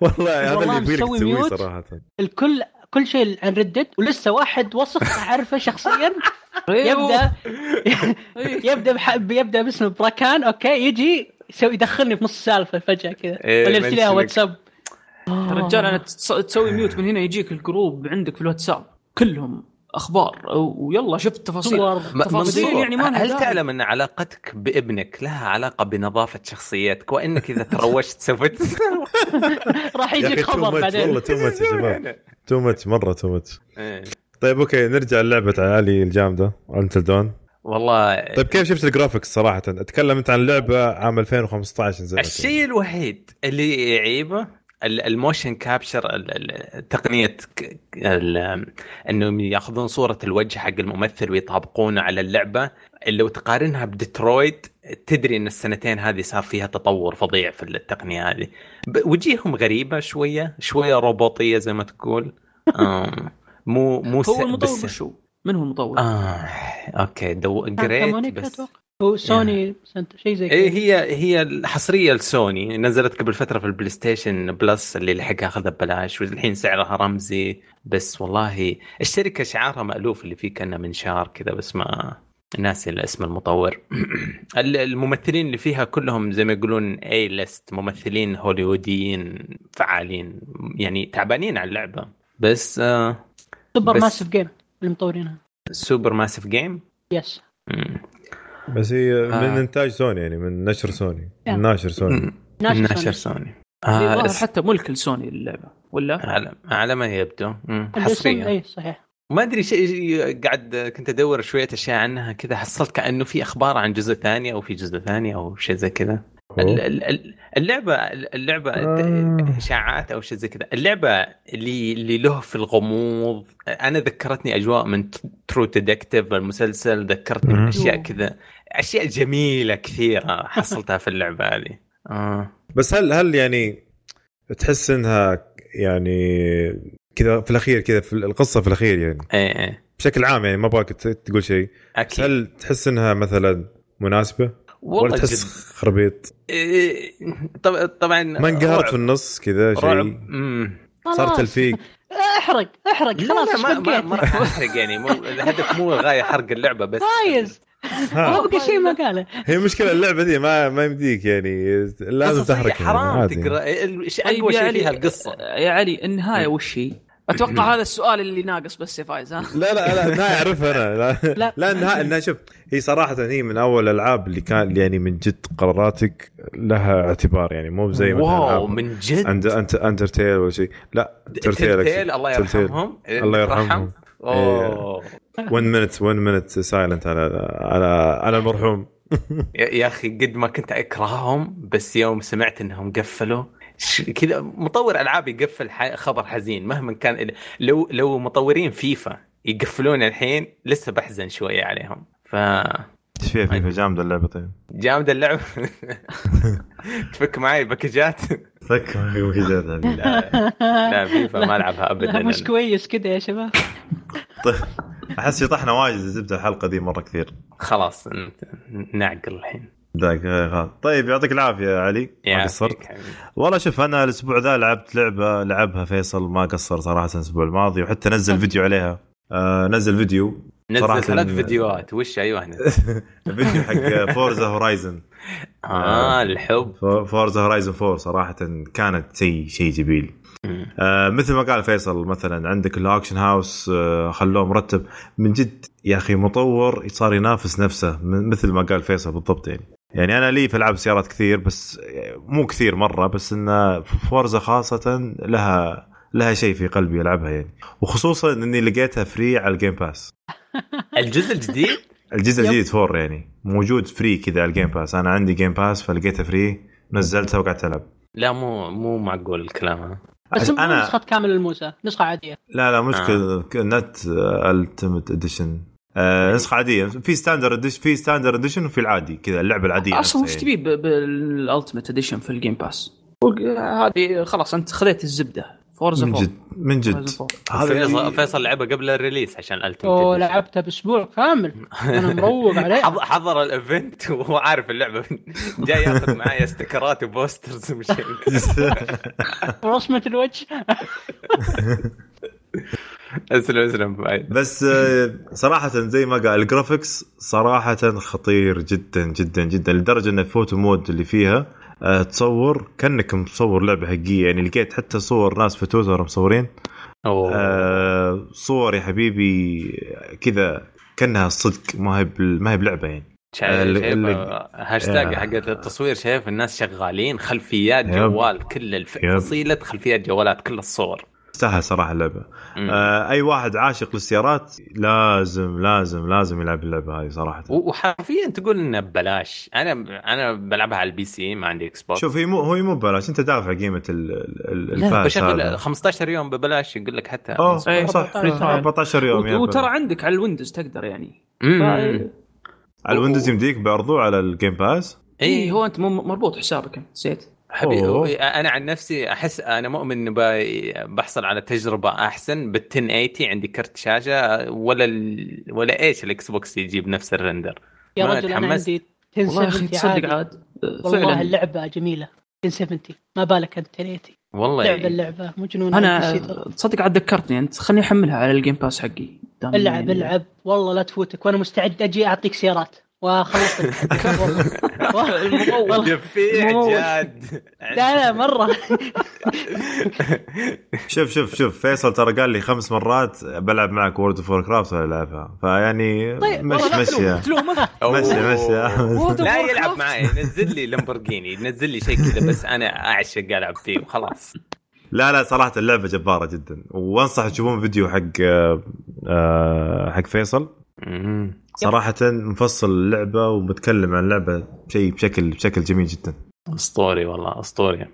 Speaker 2: والله هذا اللي
Speaker 4: والله
Speaker 2: يبيلك
Speaker 4: مسوي
Speaker 2: تسويه
Speaker 4: ميوت.
Speaker 2: صراحه
Speaker 4: الكل كل شيء عن ردد ولسه واحد وصف اعرفه شخصيا
Speaker 3: [LAUGHS] أيوه.
Speaker 4: يبدا [LAUGHS] يبدا بح- يبدا باسم براكان اوكي يجي يسوي يدخلني في نص السالفه فجاه كذا
Speaker 5: إيه،
Speaker 4: ولا يرسل لها
Speaker 5: منشنك.
Speaker 4: واتساب آه،
Speaker 3: يا رجال انا تس- تسوي ميوت من هنا يجيك الجروب عندك في الواتساب كلهم اخبار ويلا شفت تفاصيل
Speaker 4: صور
Speaker 3: تفاصيل يعني ما لها
Speaker 5: هل
Speaker 3: داعي.
Speaker 5: تعلم ان علاقتك بابنك لها علاقه بنظافه شخصيتك وانك اذا تروشت سوف تس-
Speaker 4: راح
Speaker 2: يا اخي
Speaker 4: يجيك
Speaker 2: تو
Speaker 4: خبر
Speaker 2: ماتش والله
Speaker 4: بعدين
Speaker 2: تو
Speaker 4: [LAUGHS]
Speaker 2: ماتش يا شباب تو ماتش مره تو ماتش
Speaker 5: إيه.
Speaker 2: طيب اوكي نرجع للعبة علي الجامده انتل دون
Speaker 5: [LAUGHS] والله
Speaker 2: طيب كيف شفت الجرافكس صراحه اتكلم انت عن لعبه عام 2015 نزلت
Speaker 5: الشيء الوحيد اللي يعيبه ال- الموشن كابشر ال- ال- تقنيه ك- ال- انهم ياخذون صوره الوجه حق الممثل ويطابقونه على اللعبه لو تقارنها بديترويت تدري ان السنتين هذه صار فيها تطور فظيع في التقنيه هذه ب- وجيههم غريبه شويه شويه روبوتيه زي ما تقول أم، مو مو س-
Speaker 3: هو المطور
Speaker 5: بس-
Speaker 3: وشو؟ من هو المطور؟
Speaker 5: اه اوكي دو
Speaker 4: سانتا
Speaker 5: جريت
Speaker 4: مونيكا
Speaker 5: بس
Speaker 4: أتوقع. هو سوني سنت شيء زي
Speaker 5: ايه
Speaker 4: كذا
Speaker 5: هي هي الحصريه لسوني نزلت قبل فتره في البلاي ستيشن بلس اللي لحقها اخذها ببلاش والحين سعرها رمزي بس والله الشركه شعارها مالوف اللي فيه كانه منشار كذا بس ما ناسي اسم المطور [CLEARS THROAT] ال- الممثلين اللي فيها كلهم زي ما يقولون اي ليست ممثلين هوليووديين فعالين يعني تعبانين على اللعبه بس آه
Speaker 4: سوبر
Speaker 5: بس-
Speaker 4: ماسف جيم اللي مطورينها
Speaker 5: سوبر ماسف جيم
Speaker 4: يس
Speaker 2: بس هي
Speaker 5: آه.
Speaker 2: من انتاج سوني يعني من نشر سوني
Speaker 4: نعم.
Speaker 2: من ناشر سوني
Speaker 5: ناشر
Speaker 4: ناشر سوني
Speaker 5: سوني
Speaker 3: اللي
Speaker 5: آه
Speaker 3: ظاهر
Speaker 5: اس-
Speaker 3: حتى ملك لسوني اللعبه ولا؟
Speaker 5: على على ما يبدو مم، حصريه
Speaker 4: الاسم اي إيه، صحيح
Speaker 5: ما ادري شيء شيء قاعد كنت ادور شويه اشياء عنها كذا حصلت كانه في اخبار عن جزء ثاني او في جزء ثاني او شيء زي كذا ال- ال- ال- اللعبه اللعبه
Speaker 2: آه.
Speaker 5: اشاعات او شيء زي كذا اللعبه اللي اللي له في الغموض انا ذكرتني اجواء من ترو ديتكتيف المسلسل ذكرتني
Speaker 2: مم.
Speaker 5: من اشياء
Speaker 4: أوه.
Speaker 5: كذا اشياء جميله كثيره حصلتها في اللعبه هذه آه.
Speaker 2: بس هل هل يعني تحس انها يعني كذا في الاخير كذا في القصه في الاخير يعني
Speaker 5: ايه ايه
Speaker 2: بشكل عام يعني ما ابغاك ت- تقول شيء بس
Speaker 5: اكيد
Speaker 2: هل تحس انها مثلا مناسبه ولا
Speaker 5: والله
Speaker 2: تحس
Speaker 5: جد
Speaker 2: خربيط
Speaker 5: إيه، طب- طبعا
Speaker 2: ما انقهرت في
Speaker 5: رعب-
Speaker 2: النص كذا
Speaker 5: رعب
Speaker 2: شيء
Speaker 5: مم.
Speaker 2: صار
Speaker 4: خلاص.
Speaker 2: تلفيق
Speaker 4: احرق احرق
Speaker 5: لا
Speaker 4: خلاص
Speaker 5: لا ما ما
Speaker 4: فقيت.
Speaker 5: ما راح احرق
Speaker 4: [LAUGHS]
Speaker 5: يعني مو الهدف مو غايه حرق اللعبه بس
Speaker 4: فايز
Speaker 5: آه.
Speaker 2: ها
Speaker 4: [LAUGHS] ما بقى شيء ما قاله
Speaker 2: هي مشكله اللعبه دي ما ما يمديك يعني لازم
Speaker 5: قصصية،
Speaker 2: تحرك
Speaker 5: حرام
Speaker 2: يعني عادي.
Speaker 5: تقرا ال- ش-
Speaker 3: طيب
Speaker 4: يعني
Speaker 5: اقوى
Speaker 3: يا
Speaker 5: شيء
Speaker 3: علي-
Speaker 5: فيها القصه
Speaker 3: يا علي النهايه وش هي؟
Speaker 5: [CLEARS THROAT]
Speaker 3: اتوقع هذا السؤال اللي ناقص بس يا فايز ها
Speaker 2: لا لا لا انا اعرفها انا لا
Speaker 4: لا.
Speaker 2: لا انها انها شوف هي صراحه هي من اول الالعاب اللي كان اللي يعني من جد قراراتك لها اعتبار يعني مو زي
Speaker 5: واو من جد
Speaker 2: انت انت اندرتيل ولا شيء لا
Speaker 5: تيرتيل الله
Speaker 2: تيرتيل.
Speaker 5: يرحمهم
Speaker 2: الله يرحمهم. إيه.
Speaker 5: ترحم؟ اوه
Speaker 2: 1 minute 1 minute silent على على على المرحوم
Speaker 5: يا يا اخي قد ما كنت اكرههم بس يوم سمعت انهم قفلوا ش- كذا مطور العاب يقفل ح- خبر حزين مهما كان ال- لو لو مطورين فيفا يقفلون الحين لسه بحزن شويه عليهم ف
Speaker 2: ايش فيها
Speaker 5: فيفا
Speaker 2: جامده اللعبه طيب
Speaker 4: [LAUGHS]
Speaker 5: جامد اللعب تفك معي باكجات
Speaker 2: [LAUGHS] فك ما في وجدات هذه.
Speaker 5: لا لا فيفا ما العبها ابدا
Speaker 4: آه. لا مش كويس كذا يا شباب
Speaker 2: طيب احس شطحنا واجد زبده الحلقه دي مره كثير
Speaker 5: خلاص ن- نعقل الحين
Speaker 2: داك غلط طيب يعطيك العافيه يا علي ما قصرت
Speaker 5: يعافيك حبيبي.
Speaker 2: والله شوف انا الاسبوع ذا لعبت لعبه لعبها فيصل ما قصر صراحه الاسبوع الماضي وحتى نزل فيديو عليها آه نزل فيديو صراحة-
Speaker 5: نزل ثلاث فيديوهات وش
Speaker 2: [LAUGHS]
Speaker 5: ايوه هنا
Speaker 2: فيديو حق فورزا هورايزن
Speaker 5: اه الحب
Speaker 2: فورزا هورايزن 4 صراحه كانت شيء شيء جميل آه مثل ما قال فيصل مثلا عندك الاكشن هاوس آه خلوه مرتب من جد يا اخي مطور صار ينافس نفسه م- مثل ما قال فيصل بالضبط يعني يعني انا لي في العاب سيارات كثير بس آه، مو كثير مره بس ان فورزا خاصه لها لها شيء في قلبي العبها يعني وخصوصا اني لقيتها فري على الجيم باس
Speaker 5: الجزء الجديد
Speaker 2: الجزء
Speaker 4: يب.
Speaker 2: الجديد فور يعني موجود فري كذا على الجيم باس انا عندي جيم باس فلقيتها فري نزلتها وقعدت العب
Speaker 5: لا مو مو معقول الكلام هذا
Speaker 4: بس
Speaker 2: عشان
Speaker 4: انا نسخه كامل الموسى نسخه
Speaker 5: [LAUGHS]
Speaker 4: عاديه
Speaker 2: لا لا مشكلة آه. نت التيمت اديشن نسخة عادية في ستاندرد اديشن في ستاندرد اديشن وفي العادي كذا اللعبة العادية يعني.
Speaker 3: اصلا وش
Speaker 2: نفسها
Speaker 3: تبي ب- بالالتيميت اديشن في الجيم باس وق- هذه خلاص انت خذيت الزبده فورزا
Speaker 2: يعني. من
Speaker 3: فور
Speaker 2: جد من جد
Speaker 3: فورزا فور.
Speaker 5: فيصل
Speaker 2: هذا
Speaker 5: فيصل لعبه قبل الريليس عشان الالتيميت
Speaker 4: ولعبتها باسبوع كامل انا مروق
Speaker 5: [LAUGHS]
Speaker 4: عليه
Speaker 5: حض- حضر الايفنت [LAUGHS] وهو عارف اللعبه جاي ياخذ معايا استكرات وبوسترز ومش
Speaker 2: [LAUGHS]
Speaker 4: رسمه الوجه
Speaker 5: اسلم اسلم فايد
Speaker 2: بس آه، صراحة زي ما قال الجرافكس صراحة خطير جدا جدا جدا لدرجة ان الفوتو مود اللي فيها آه، تصور كانك مصور لعبة حقيقية يعني لقيت حتى صور ناس في تويتر مصورين آه، صور يا حبيبي كذا كانها صدق ما هي بال- ما هي بلعبة يعني ال- ال-
Speaker 5: هاشتاج
Speaker 2: يا-
Speaker 5: حقت التصوير شايف الناس شغالين خلفيات
Speaker 2: آه. يب.
Speaker 5: جوال كل الف-
Speaker 2: يب.
Speaker 5: فصيله خلفيات جوالات كل الصور
Speaker 2: تستاهل صراحه اللعبه
Speaker 5: مم.
Speaker 2: آه اي واحد عاشق للسيارات لازم لازم لازم يلعب اللعبه هاي صراحه
Speaker 5: و- وحرفيا تقول انه ببلاش انا انا بلعبها على البي سي ما عندي اكس بوكس
Speaker 2: شوف هي مو هو مو ببلاش انت دافع قيمه ال- ال- ال-
Speaker 5: لا
Speaker 2: الباس
Speaker 5: بشغل
Speaker 2: هذا
Speaker 5: 15 يوم ببلاش يقول لك حتى
Speaker 2: اوه
Speaker 3: إيه،
Speaker 2: صح
Speaker 4: 14
Speaker 2: 14 يوم يا
Speaker 3: وت- وترى
Speaker 2: بلا.
Speaker 3: عندك على الويندوز تقدر يعني
Speaker 5: امم
Speaker 2: على الويندوز يمديك برضو على الجيم باس
Speaker 3: اي
Speaker 5: اي هو
Speaker 3: إيه، هو انت مو مربوط حسابك أنت، نسيت
Speaker 5: إيه، حبيبي
Speaker 2: أوه.
Speaker 5: انا عن نفسي احس انا مؤمن اني ب- بحصل على تجربه احسن بال 1080 عندي كرت شاشه ولا ال... ولا ايش الاكس بوكس يجيب نفس الرندر
Speaker 4: يا
Speaker 5: ما
Speaker 4: رجل انا
Speaker 5: تحمست.
Speaker 4: عندي
Speaker 3: والله يا اخي
Speaker 4: 1070
Speaker 3: تصدق
Speaker 4: عادي
Speaker 3: عاد آه،
Speaker 4: والله
Speaker 3: فعلا
Speaker 4: اللعبه جميله 1070 ما بالك انت 1080
Speaker 5: والله
Speaker 4: لعبه اللعبه مجنون
Speaker 3: انا تصدق عاد ذكرتني انت خليني احملها على الجيم باس حقي دام
Speaker 4: العب
Speaker 3: يعني-
Speaker 4: العب والله لا تفوتك وانا مستعد اجي اعطيك سيارات
Speaker 5: [LAUGHS]
Speaker 4: واخلص لك. والله والله
Speaker 5: دفيع
Speaker 4: مو-
Speaker 5: جاد
Speaker 4: لا لا مره
Speaker 2: شوف شوف شوف فيصل ترى قال لي خمس مرات بلعب معك وورد اوف كرافت ولا العبها فيعني
Speaker 4: طيب،
Speaker 2: مش يعني.
Speaker 4: والله
Speaker 2: مشي [LAUGHS]
Speaker 3: تلومه
Speaker 2: مشي مشي
Speaker 3: World of
Speaker 5: لا
Speaker 3: Warcraft.
Speaker 5: يلعب معي نزل لي لامبورجيني نزل لي شيء كذا بس انا اعشق العب فيه وخلاص
Speaker 2: لا لا صراحه اللعبه جباره جدا وانصح تشوفون فيديو حق آه، آه، حق فيصل
Speaker 5: مم.
Speaker 2: صراحة مفصل اللعبة ومتكلم عن اللعبة شيء بشكل بشكل جميل جدا.
Speaker 5: اسطوري والله اسطوري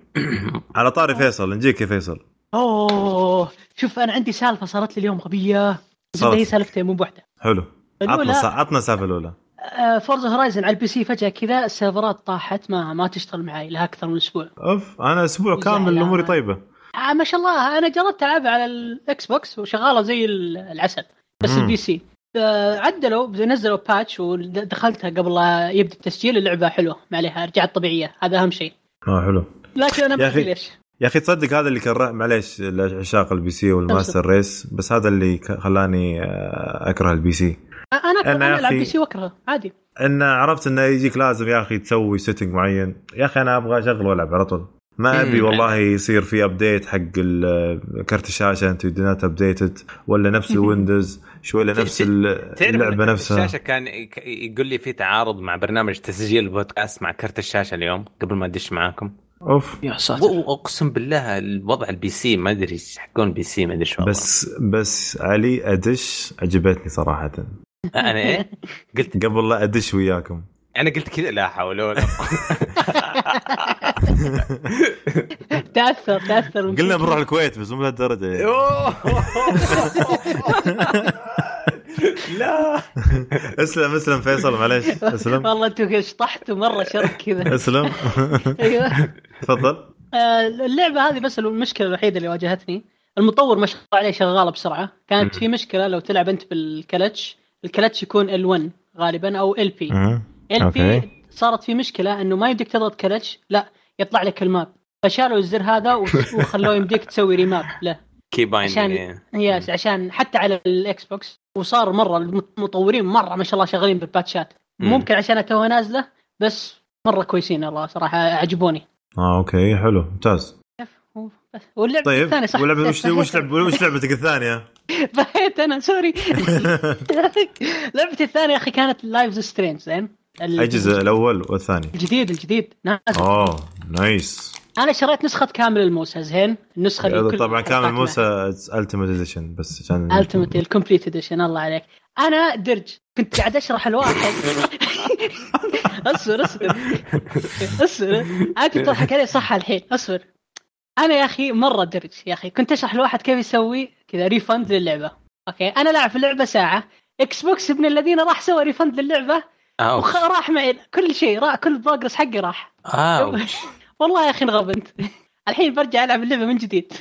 Speaker 2: على طاري فيصل نجيك يا فيصل.
Speaker 4: اوه شوف انا عندي سالفه صارت لي اليوم غبيه بس
Speaker 2: صارت.
Speaker 4: هي سالفتين مو بواحده
Speaker 2: حلو. عطنا
Speaker 4: الأولى،
Speaker 2: سا- عطنا السالفة الأولى.
Speaker 4: آه، فورزا هورايزن على البي سي فجاه كذا السيرفرات طاحت ما ما تشتغل معي لها اكثر من اسبوع
Speaker 2: اوف انا اسبوع كامل
Speaker 4: زعلان.
Speaker 2: اموري طيبة.
Speaker 4: آه ما شاء الله انا جربت العبها على الاكس بوكس وشغاله زي ال- العسل بس
Speaker 2: مم.
Speaker 4: البي سي آه، عدلوا نزلوا باتش ودخلتها قبل لا يبدا التسجيل اللعبه حلوه ما عليها رجعت طبيعيه هذا اهم شيء
Speaker 2: اه حلو.
Speaker 4: لكن انا
Speaker 2: يا
Speaker 4: ما
Speaker 2: أخي.
Speaker 4: ادري ليش
Speaker 2: يا اخي تصدق هذا اللي كان معليش عشاق البي سي والماستر ريس بس هذا اللي ك- خلاني آه، اكره البي سي.
Speaker 4: آه، انا
Speaker 2: أنا
Speaker 4: اكره انا
Speaker 2: يا
Speaker 4: العب
Speaker 2: أخي-
Speaker 4: بي سي واكرهها عادي
Speaker 2: ان عرفت انه يجيك لازم يا اخي تسوي سيتنج معين، يا اخي انا ابغى اشغل والعب على طول. ما ابي
Speaker 5: مم.
Speaker 2: والله يصير في ابديت حق ال- كرت الشاشه انت نوت ابديتد ولا نفس الويندوز شو ولا نفس ال-
Speaker 5: تعرف
Speaker 2: اللعبه
Speaker 5: إن كرت
Speaker 2: نفسها
Speaker 5: الشاشه كان يك- يقول لي في تعارض مع برنامج تسجيل البودكاست مع كرت الشاشه اليوم قبل ما ادش معاكم
Speaker 2: اوف
Speaker 3: يا
Speaker 5: و-
Speaker 3: ساتر
Speaker 5: واقسم بالله الوضع البي سي ما ادري إيش حقون البي سي ما ادري شو والله.
Speaker 2: بس بس علي ادش عجبتني صراحه
Speaker 5: انا ايه قلت
Speaker 2: قبل لا ادش وياكم
Speaker 5: انا قلت كذا لا حول ولا
Speaker 4: تاثر تاثر
Speaker 2: قلنا بنروح الكويت بس مو لهالدرجه يعني.
Speaker 5: لا
Speaker 2: اسلم اسلم فيصل معليش اسلم
Speaker 4: والله انتم شطحتوا مره شرك كذا
Speaker 2: اسلم
Speaker 4: ايوه
Speaker 2: تفضل
Speaker 4: آه، اللعبه هذه بس المشكله الوحيده اللي واجهتني المطور ما شاء الله عليه شغاله بسرعه كانت
Speaker 5: مم.
Speaker 4: في مشكله لو تلعب انت بالكلتش الكلتش يكون ال1 غالبا او ال بي
Speaker 2: أه.
Speaker 4: ال بي
Speaker 2: أوكي.
Speaker 4: صارت في مشكله انه ما يمديك تضغط كلتش لا يطلع لك الماب فشالوا الزر هذا وس- وخلوه يمديك تسوي ريماب له
Speaker 5: كي بايند إيه.
Speaker 4: عشان- يس عشان حتى على الاكس بوكس وصار مره المطورين مره ما شاء الله شغالين بالباتشات
Speaker 5: مم.
Speaker 4: ممكن عشان توها نازله بس مره كويسين الله صراحه عجبوني
Speaker 2: اه اوكي حلو ممتاز
Speaker 4: بس واللعبه
Speaker 2: طيب
Speaker 4: الثانيه صح
Speaker 2: ولعبة
Speaker 4: [LAUGHS]
Speaker 2: وش
Speaker 4: فهيت-
Speaker 2: وش لعب وش لعبتك الثانيه؟
Speaker 4: فهيت انا
Speaker 2: [LAUGHS]
Speaker 4: سوري لعبتي الثانيه يا اخي كانت لايفز سترينج زين
Speaker 2: الجزء الاول والثاني
Speaker 4: الجديد الجديد نازل
Speaker 2: اوه نايس
Speaker 4: انا شريت نسخه كامل الموسى زين النسخه اللي كل
Speaker 2: طبعا
Speaker 4: الحلقات
Speaker 2: كامل
Speaker 4: معها.
Speaker 2: موسى التيمت اديشن بس عشان
Speaker 4: التيمت الكومبليت اديشن الله عليك انا درج كنت قاعد اشرح الواحد [LAUGHS] اصبر اصبر اصبر انت تضحك علي صح الحين اصبر انا يا اخي مره درج يا اخي كنت اشرح لواحد كيف يسوي كذا ريفند للعبه اوكي انا لاعب في اللعبه ساعه اكس بوكس ابن الذين راح سوى ريفند للعبه وخ... راح معي كل شيء راح كل البروجرس حقي راح والله يا اخي انغبنت [LAUGHS] الحين برجع العب اللعبه من جديد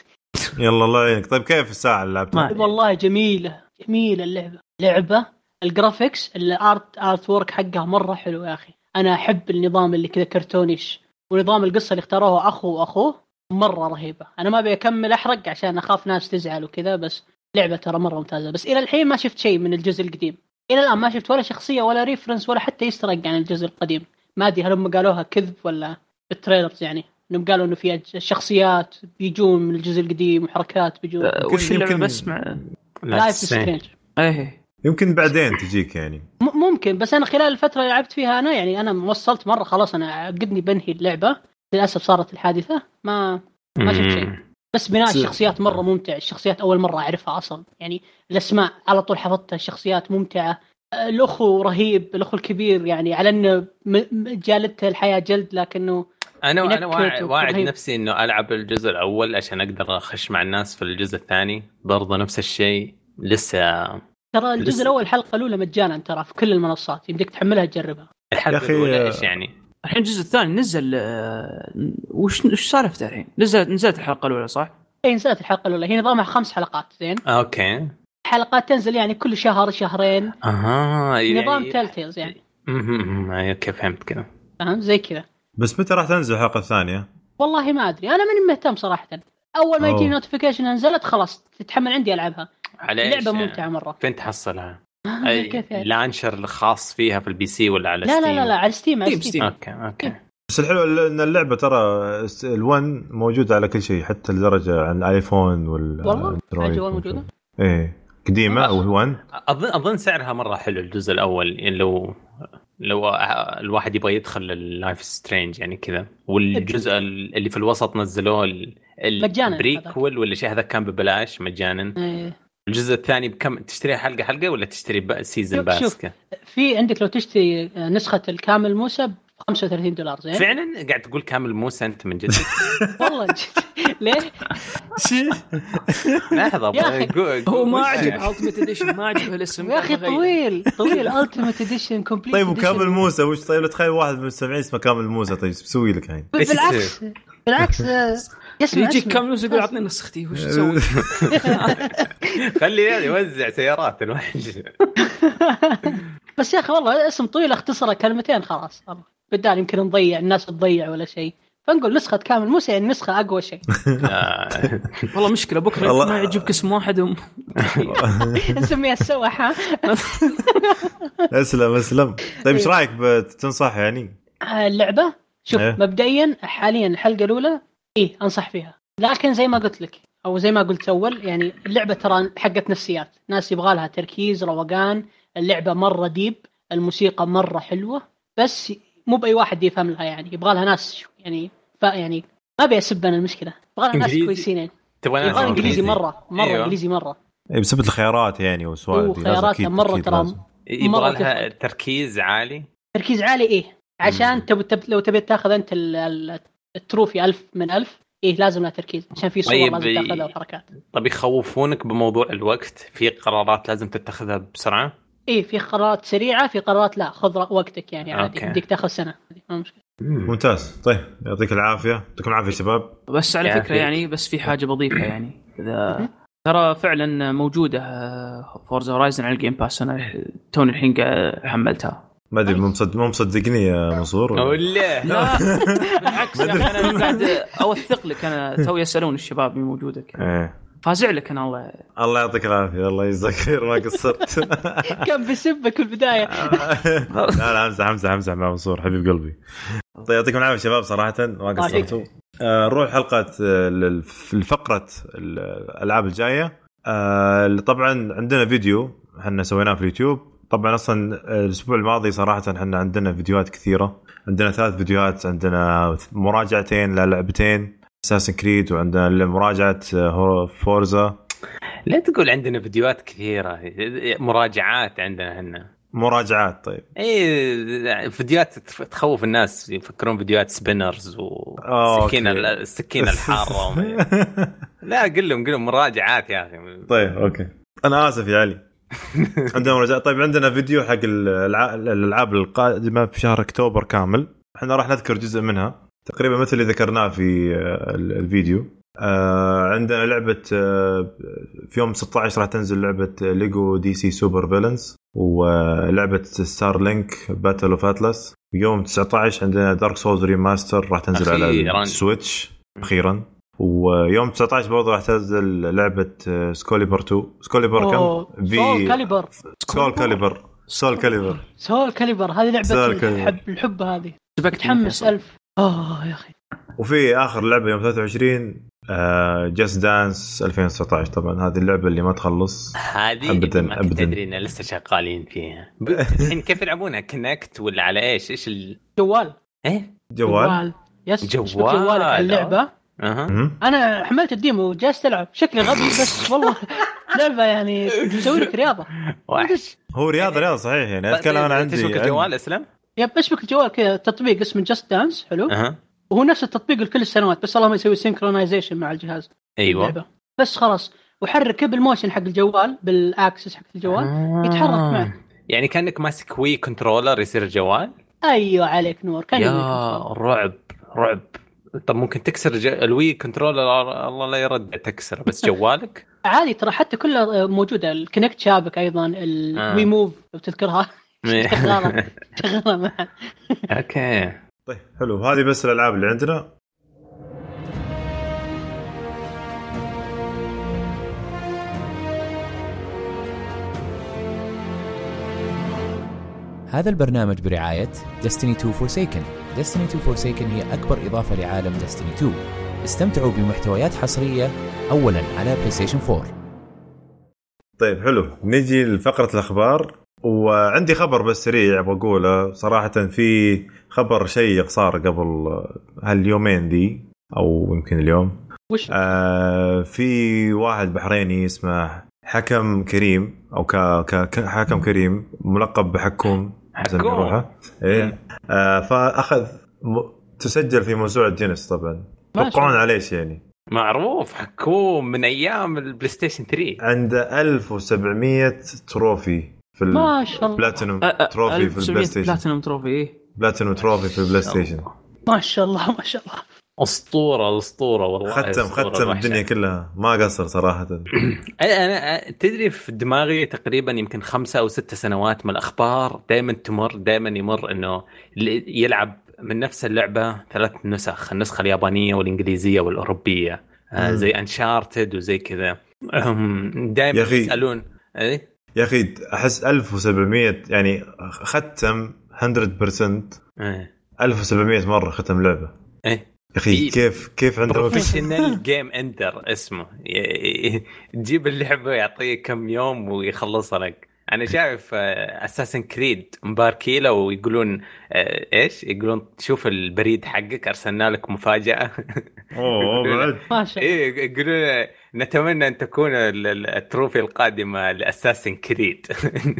Speaker 2: يلا الله يعينك طيب كيف الساعه اللي لعبتها؟
Speaker 3: ما-
Speaker 4: والله جميله جميله اللعبه لعبه الجرافيكس الارت ارت وورك حقها مره حلو يا اخي انا احب النظام اللي كذا كرتونيش ونظام القصه اللي اختاروه اخوه واخوه مره رهيبه انا ما ابي اكمل احرق عشان اخاف ناس تزعل وكذا بس لعبه ترى مره ممتازه بس الى الحين ما شفت شيء من الجزء القديم الى الان ما شفت ولا شخصيه ولا ريفرنس ولا حتى يسترق عن الجزء القديم ما ادري هل هم قالوها كذب ولا بالتريلرز يعني انهم قالوا انه في أج- شخصيات بيجون من الجزء القديم وحركات بيجون
Speaker 3: آه، وش اللعبه
Speaker 2: يمكن-
Speaker 3: بس مع
Speaker 4: لايف سترينج
Speaker 3: ايه
Speaker 2: يمكن بعدين تجيك يعني
Speaker 4: م- ممكن بس انا خلال الفتره اللي لعبت فيها انا يعني انا وصلت مره خلاص انا قدني بنهي اللعبه للاسف صارت الحادثه ما ما شفت شيء. بس بناء
Speaker 5: تصير.
Speaker 4: الشخصيات مره ممتع الشخصيات اول مره اعرفها اصلا يعني الاسماء على طول حفظتها الشخصيات ممتعه آه، الاخو رهيب الاخو الكبير يعني على انه م- م- جالدته الحياه جلد لكنه
Speaker 5: انا
Speaker 4: ينكت
Speaker 5: انا واعد, واعد
Speaker 4: وترهيب.
Speaker 5: نفسي انه العب الجزء الاول عشان اقدر اخش مع الناس في الجزء الثاني برضه نفس الشيء لسه
Speaker 4: ترى
Speaker 5: لسه.
Speaker 4: الجزء الاول الحلقه الاولى مجانا ترى في كل المنصات يمديك تحملها تجربها
Speaker 5: الحلقه
Speaker 2: يا أخي-
Speaker 5: الاولى ايش يعني؟
Speaker 3: الحين الجزء الثاني نزل آه، وش وش سالفته الحين؟ نزلت نزلت الحلقه الاولى صح؟
Speaker 4: اي نزلت الحلقه الاولى هي نظامها خمس حلقات زين
Speaker 5: اوكي
Speaker 4: حلقات تنزل يعني كل شهر شهرين
Speaker 5: اها يعني-
Speaker 4: نظام تلتيلز يعني
Speaker 5: مهم، مهم، أيوة، اوكي فهمت كذا
Speaker 4: فاهم زي كذا
Speaker 2: بس متى راح تنزل الحلقه الثانيه؟
Speaker 4: والله ما ادري انا ماني مهتم صراحه اول ما
Speaker 2: أوه.
Speaker 4: يجيني نوتيفيكيشن نزلت خلاص تتحمل عندي العبها
Speaker 5: على إيش؟
Speaker 4: لعبه ممتعه مره
Speaker 5: فين تحصلها؟
Speaker 4: آه، [LAUGHS]
Speaker 5: أي
Speaker 4: كيف يعني؟
Speaker 5: لانشر الخاص فيها في البي سي ولا على
Speaker 4: لا لا
Speaker 5: ستيم؟
Speaker 4: لا لا على ستيم على
Speaker 3: ستيم،
Speaker 4: ستيم
Speaker 3: ستيم.
Speaker 5: اوكي اوكي
Speaker 2: بس الحلو ان اللعبه ترى ال1 موجوده على كل شيء حتى لدرجه عن الايفون وال
Speaker 4: والله؟ على
Speaker 2: الاندرويد
Speaker 4: الجوال موجوده
Speaker 2: ايه قديمه
Speaker 5: آه.
Speaker 2: او 1
Speaker 5: اظن اظن سعرها مره حلو الجزء الاول يعني لو لو الواحد يبغى يدخل اللايف سترينج يعني كذا والجزء اللي في الوسط نزلوه ال- ال-
Speaker 4: مجاناً هذاك.
Speaker 5: بريكول ولا شيء هذا كان ببلاش مجانا
Speaker 4: إيه.
Speaker 5: الجزء الثاني بكم تشتري حلقه حلقه ولا تشتري ب- سيزن
Speaker 4: شوف-
Speaker 5: باس
Speaker 4: شوف.
Speaker 5: كذا؟
Speaker 4: في عندك لو تشتري نسخه الكامل موسى ب 35 دولار زين
Speaker 5: فعلا قاعد تقول كامل موسى انت من جد [LAUGHS]
Speaker 4: والله جد. ليه؟
Speaker 5: لحظه
Speaker 4: يا أخي،
Speaker 5: قول- قول
Speaker 3: هو ما
Speaker 5: موسى.
Speaker 3: عجب [LAUGHS] التمت اديشن ما عجبه الاسم
Speaker 4: يا اخي
Speaker 3: يلا غير.
Speaker 4: طويل طويل التيمت اديشن كومبليت
Speaker 2: طيب وكامل موسى وش طيب لا تخيل واحد من المستمعين اسمه كامل موسى طيب ايش بسوي لك
Speaker 4: [LAUGHS]
Speaker 2: الحين؟
Speaker 5: إيش
Speaker 4: بالعكس بالعكس آه، يسمع
Speaker 3: يجيك
Speaker 4: اسمه.
Speaker 3: كامل موسى يقول اعطني
Speaker 2: [LAUGHS]
Speaker 3: نسختي وش تسوي؟
Speaker 5: خلي يعني يوزع سيارات الوحش
Speaker 4: بس يا اخي والله اسم طويل اختصره كلمتين خلاص والله. بدال يمكن نضيع الناس تضيع ولا شيء فنقول نسخه كامل موسى يعني نسخه اقوى شيء
Speaker 5: آه.
Speaker 3: والله مشكله بكره
Speaker 2: الله.
Speaker 3: يمكن ما يعجبك اسم واحد وم-
Speaker 4: [LAUGHS] نسميها السوح ها
Speaker 2: اسلم اسلم طيب ايش رايك ب- تنصح يعني؟
Speaker 4: آه، اللعبه شوف
Speaker 2: إيه.
Speaker 4: مبدئيا حاليا الحلقه الاولى ايه انصح فيها لكن زي ما قلت لك او زي ما قلت اول يعني اللعبه ترى حقت نفسيات ناس يبغى لها تركيز روقان اللعبه مره ديب الموسيقى مره حلوه بس مو باي واحد يفهم لها يعني يبغى لها ناس شو- يعني ف يعني ما بيسب انا المشكله يبغى لها ناس
Speaker 5: إنجليزي.
Speaker 4: كويسين يعني
Speaker 5: تبغى
Speaker 4: يبغى لها
Speaker 5: ناس
Speaker 4: انجليزي مره مره
Speaker 5: أيوة.
Speaker 4: انجليزي مره
Speaker 2: إيه، بسبب الخيارات يعني والسوالف دي، لازم
Speaker 4: وخياراتها
Speaker 2: أكيد-
Speaker 4: مره
Speaker 2: أكيد
Speaker 4: ترى
Speaker 2: لازم.
Speaker 5: يبغى
Speaker 4: مرة
Speaker 5: لها
Speaker 4: تفرق.
Speaker 5: تركيز عالي
Speaker 4: تركيز عالي ايه
Speaker 2: مم.
Speaker 4: عشان تب... تب... لو تبي تاخذ انت ال... ال- التروفي ألف من ألف ايه لازم لها تركيز عشان في صور
Speaker 5: طيب،
Speaker 4: لازم تاخذها وحركات
Speaker 5: طب طيب، يخوفونك بموضوع الوقت في قرارات لازم تتخذها بسرعه
Speaker 4: ايه في قرارات سريعه في قرارات لا خذ رأ- وقتك يعني عادي
Speaker 5: أوكي.
Speaker 4: بدك تاخذ سنه ما مشكله
Speaker 2: ممتاز طيب يعطيك العافيه يعطيكم العافيه شباب
Speaker 3: بس على
Speaker 5: يا
Speaker 3: فكره
Speaker 5: أخي.
Speaker 3: يعني بس في حاجه بضيفها يعني اذا
Speaker 4: مهم.
Speaker 3: ترى فعلا موجوده فورزا هورايزن على الجيم باس انا توني الحين قا- حملتها
Speaker 2: ما ادري مو مصد- مو مصدقني يا منصور ولا-
Speaker 5: ولا
Speaker 3: لا بالعكس يا أخي، [LAUGHS] انا قاعد اوثق لك انا توي يسالون الشباب اللي موجوده كذا.
Speaker 2: ايه
Speaker 3: فازع لك انا والله
Speaker 2: الله يعطيك العافيه الله يجزاك خير ما قصرت
Speaker 4: [LAUGHS] كان بسبك في البدايه
Speaker 2: آه. لا لا امزح امزح امزح مع منصور حبيب قلبي طيب يعطيكم العافيه شباب صراحه ما قصرتوا آه، نروح حلقه آه، لل- الفقره الالعاب الجايه آه، اللي طبعا عندنا فيديو احنا سويناه في اليوتيوب طبعا اصلا آه، الاسبوع الماضي صراحه احنا عندنا فيديوهات كثيره عندنا ثلاث فيديوهات عندنا مراجعتين للعبتين اساسن كريد وعندنا مراجعه آه، فورزا
Speaker 5: لا تقول عندنا فيديوهات كثيره مراجعات عندنا هنا
Speaker 2: مراجعات طيب
Speaker 5: اي فيديوهات تف- تخوف الناس يفكرون فيديوهات سبينرز
Speaker 2: آه،
Speaker 5: والسكينه
Speaker 2: أوكي.
Speaker 5: السكينه الحاره وما-
Speaker 2: [LAUGHS]
Speaker 5: لا قل لهم قل لهم مراجعات يا اخي
Speaker 2: طيب اوكي انا اسف يا علي عندنا رجاء طيب عندنا فيديو حق الألع- الالعاب القادمه في شهر اكتوبر كامل احنا راح نذكر جزء منها تقريبا مثل اللي ذكرناه في آه، ال- الفيديو آه، عندنا لعبه آه، في يوم 16 راح تنزل لعبه ليجو دي سي سوبر فيلنز ولعبه ستار لينك باتل اوف اتلس يوم 19 عندنا دارك سولز ريماستر راح تنزل على
Speaker 5: أخيراً.
Speaker 2: السويتش اخيرا ويوم 19 برضه راح تنزل لعبه آه، سكوليبر 2 سكوليبر
Speaker 4: أوه،
Speaker 2: كم؟
Speaker 4: سول كاليبر
Speaker 2: سول كاليبر سول كاليبر
Speaker 4: سول كاليبر هذه لعبه
Speaker 2: سول كاليبر.
Speaker 4: الحب الحب هذه
Speaker 3: سبقت
Speaker 4: متحمس ألف اوه يا اخي
Speaker 2: وفي اخر لعبه يوم آه، 23 جاست دانس 2019 طبعا هذه اللعبه اللي ما تخلص
Speaker 5: هذه
Speaker 2: أبداً،
Speaker 5: ما
Speaker 2: أبداً.
Speaker 5: كنت ادري ان لسه شغالين
Speaker 2: [LAUGHS]
Speaker 5: فيها ب- الحين كيف يلعبونها كونكت ولا على ايش؟ ايش ال...
Speaker 4: جوال
Speaker 5: ايه؟
Speaker 2: جوال
Speaker 4: يس
Speaker 5: جوال.
Speaker 4: جوال جوالك على اللعبه
Speaker 5: اها
Speaker 2: مهم.
Speaker 4: انا حملت الديمو وجالس العب شكلي غبي بس والله لعبه يعني تسوي لك رياضه
Speaker 5: وحش
Speaker 2: هو رياضه رياضه صحيح يعني اتكلم انا عندي
Speaker 5: تشبك
Speaker 2: عندي-
Speaker 5: الجوال اسلم؟
Speaker 4: يب اشبك الجوال كذا تطبيق اسمه جاست دانس حلو
Speaker 5: اها
Speaker 4: وهو نفس التطبيق لكل السنوات بس اللهم يسوي سينكرونايزيشن مع الجهاز
Speaker 5: ايوه
Speaker 4: اللعبة. بس خلاص وحركه بالموشن حق الجوال بالاكسس حق الجوال يتحرك
Speaker 5: آه.
Speaker 4: معك.
Speaker 5: يعني كانك ماسك وي كنترولر يصير جوال
Speaker 4: ايوه عليك نور كان
Speaker 5: يا
Speaker 4: يملك.
Speaker 5: رعب رعب طب ممكن تكسر ج... الوي كنترولر الله لا يرد تكسر بس جوالك
Speaker 4: [LAUGHS] عادي ترى حتى كلها موجوده الكونكت شابك ايضا
Speaker 5: آه.
Speaker 4: الوي موف لو تذكرها
Speaker 5: [LAUGHS]
Speaker 4: شغاله شغاله معه
Speaker 5: اوكي
Speaker 2: طيب حلو هذه بس الالعاب اللي عندنا
Speaker 1: هذا البرنامج برعاية Destiny 2 Forsaken Destiny 2 Forsaken هي أكبر إضافة لعالم Destiny 2 استمتعوا بمحتويات حصرية أولا على PlayStation 4
Speaker 2: طيب حلو نجي لفقره الاخبار وعندي خبر بس سريع بقوله صراحه في خبر شيق صار قبل هاليومين ذي او يمكن اليوم
Speaker 4: وش
Speaker 2: آه في واحد بحريني اسمه حكم كريم او ك... ك... ك... حكم كريم ملقب بحكوم حسب
Speaker 5: حكوم.
Speaker 2: روحه ايه آه فاخذ م... تسجل في موسوعه جينيس طبعا
Speaker 4: ما شاء
Speaker 2: توقعون
Speaker 4: الله.
Speaker 2: عليه ايش يعني
Speaker 5: معروف حكوم من ايام البلاي ستيشن 3
Speaker 2: عند 1700 تروفي في ال...
Speaker 4: ما شاء الله
Speaker 2: بلاتينوم تروفي في البلاي ستيشن
Speaker 3: بلاتينوم تروفي إيه.
Speaker 2: بلاتينوم تروفي في البلاي ستيشن
Speaker 4: ما شاء الله ما شاء الله
Speaker 5: اسطوره اسطوره والله
Speaker 2: ختم
Speaker 5: أسطورة
Speaker 2: ختم
Speaker 5: الوحشة.
Speaker 2: الدنيا كلها ما قصر صراحه
Speaker 5: انا أنا- تدري في دماغي تقريبا يمكن خمسة او ست سنوات من الاخبار دائما تمر دائما يمر انه ل- يلعب من نفس اللعبه ثلاث نسخ النسخه اليابانيه والانجليزيه والاوروبيه آه،
Speaker 2: مم.
Speaker 5: زي انشارتد وزي كذا دائما
Speaker 2: يا أخي.
Speaker 5: يسالون اي
Speaker 2: يا اخي احس 1700 يعني ختم 100%
Speaker 5: اي
Speaker 2: 1700 مره ختم لعبه
Speaker 5: إيه.
Speaker 2: اخي كيف كيف [LAUGHS] عندهم
Speaker 5: بروفيشنال جيم اندر اسمه ي- ي- تجيب اللعبه يعطيه كم يوم ويخلصها لك انا شايف آه، اساسن كريد مباركي له ويقولون آه، ايش يقولون شوف البريد حقك ارسلنا لك مفاجاه
Speaker 2: اوه [LAUGHS] بعد
Speaker 4: ما شاء الله
Speaker 5: ايه يقولون نتمنى ان تكون ال- ال- التروفي القادمه لاساسن كريد [LAUGHS]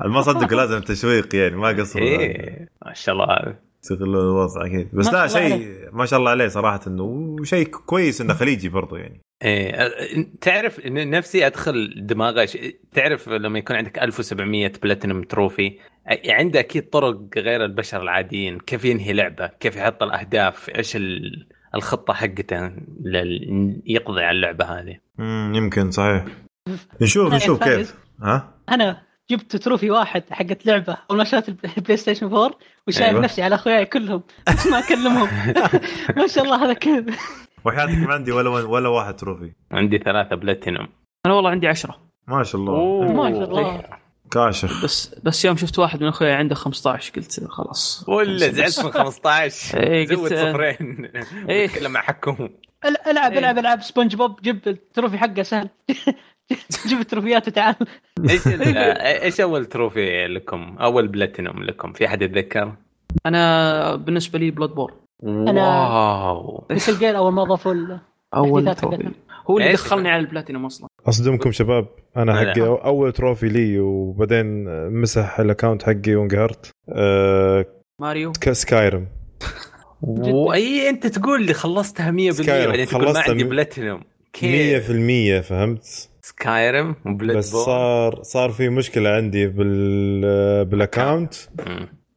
Speaker 2: ما صدق لازم تشويق يعني ما قصروا
Speaker 5: ايه ما شاء الله
Speaker 2: يستغلون الوضع اكيد بس
Speaker 4: ما
Speaker 2: لا
Speaker 4: شاء الله
Speaker 2: شيء ما شاء الله عليه صراحه انه وشيء كويس انه خليجي برضو يعني
Speaker 5: ايه أ- تعرف إن نفسي ادخل دماغه ش- تعرف لما يكون عندك 1700 بلاتينم تروفي أ- عنده اكيد طرق غير البشر العاديين كيف ينهي لعبه كيف يحط الاهداف ايش ال- الخطه حقته لل- يقضي على اللعبه هذه
Speaker 2: امم يمكن
Speaker 4: [LAUGHS]
Speaker 2: صحيح نشوف
Speaker 4: لا،
Speaker 2: نشوف
Speaker 4: طيب، فايز.
Speaker 2: إيه، كيف ها
Speaker 4: انا جبت تروفي واحد حقت لعبه اول ما شريت الب- البلاي ستيشن 4 وشايف
Speaker 2: أيوة.
Speaker 4: أيوة. نفسي على اخوياي كلهم بس ما اكلمهم ما شاء الله هذا كذب
Speaker 2: وحياتك ما عندي ولا ولا واحد تروفي
Speaker 5: عندي ثلاثه بلاتينم
Speaker 3: انا والله عندي عشرة
Speaker 2: ما شاء الله
Speaker 5: أوه.
Speaker 4: [LAUGHS] ما شاء الله.
Speaker 2: كاشخ
Speaker 3: بس بس يوم شفت واحد من اخوياي عنده 15 قلت خلاص
Speaker 5: ولا زعلت من 15 [LAUGHS]
Speaker 3: إيه،
Speaker 5: زود
Speaker 3: قلت-
Speaker 5: [LAUGHS] صفرين
Speaker 3: إيه.
Speaker 5: اتكلم مع [LAUGHS] حكم
Speaker 4: ال- العب
Speaker 3: إيه.
Speaker 4: العب العب سبونج بوب جيب التروفي حقه سهل [LAUGHS] جيب التروفيات وتعال
Speaker 5: ايش [LAUGHS] ال- ايش اول تروفي لكم اول بلاتينم لكم في احد يتذكر؟
Speaker 3: انا بالنسبه لي بلاد بور
Speaker 5: واو
Speaker 4: مثل جيل اول ما ضافوا ال-
Speaker 3: اول
Speaker 4: تحديثات
Speaker 3: تروفي هو اللي
Speaker 5: إيش؟
Speaker 3: دخلني على البلاتينوم اصلا
Speaker 6: اصدمكم شباب انا
Speaker 5: لا،
Speaker 6: حقي اول تروفي لي وبعدين مسح الاكونت حقي وانقهرت أه
Speaker 3: ماريو
Speaker 6: كسكايرم
Speaker 5: واي انت تقول لي خلصتها 100%
Speaker 6: سكايرم،
Speaker 5: بعدين تقول ما
Speaker 6: خلصتها
Speaker 5: عندي
Speaker 6: مية-
Speaker 5: بلاتينوم
Speaker 6: 100% فهمت
Speaker 5: سكايرم وبلاد
Speaker 6: بس صار صار في مشكله عندي بال بالاكونت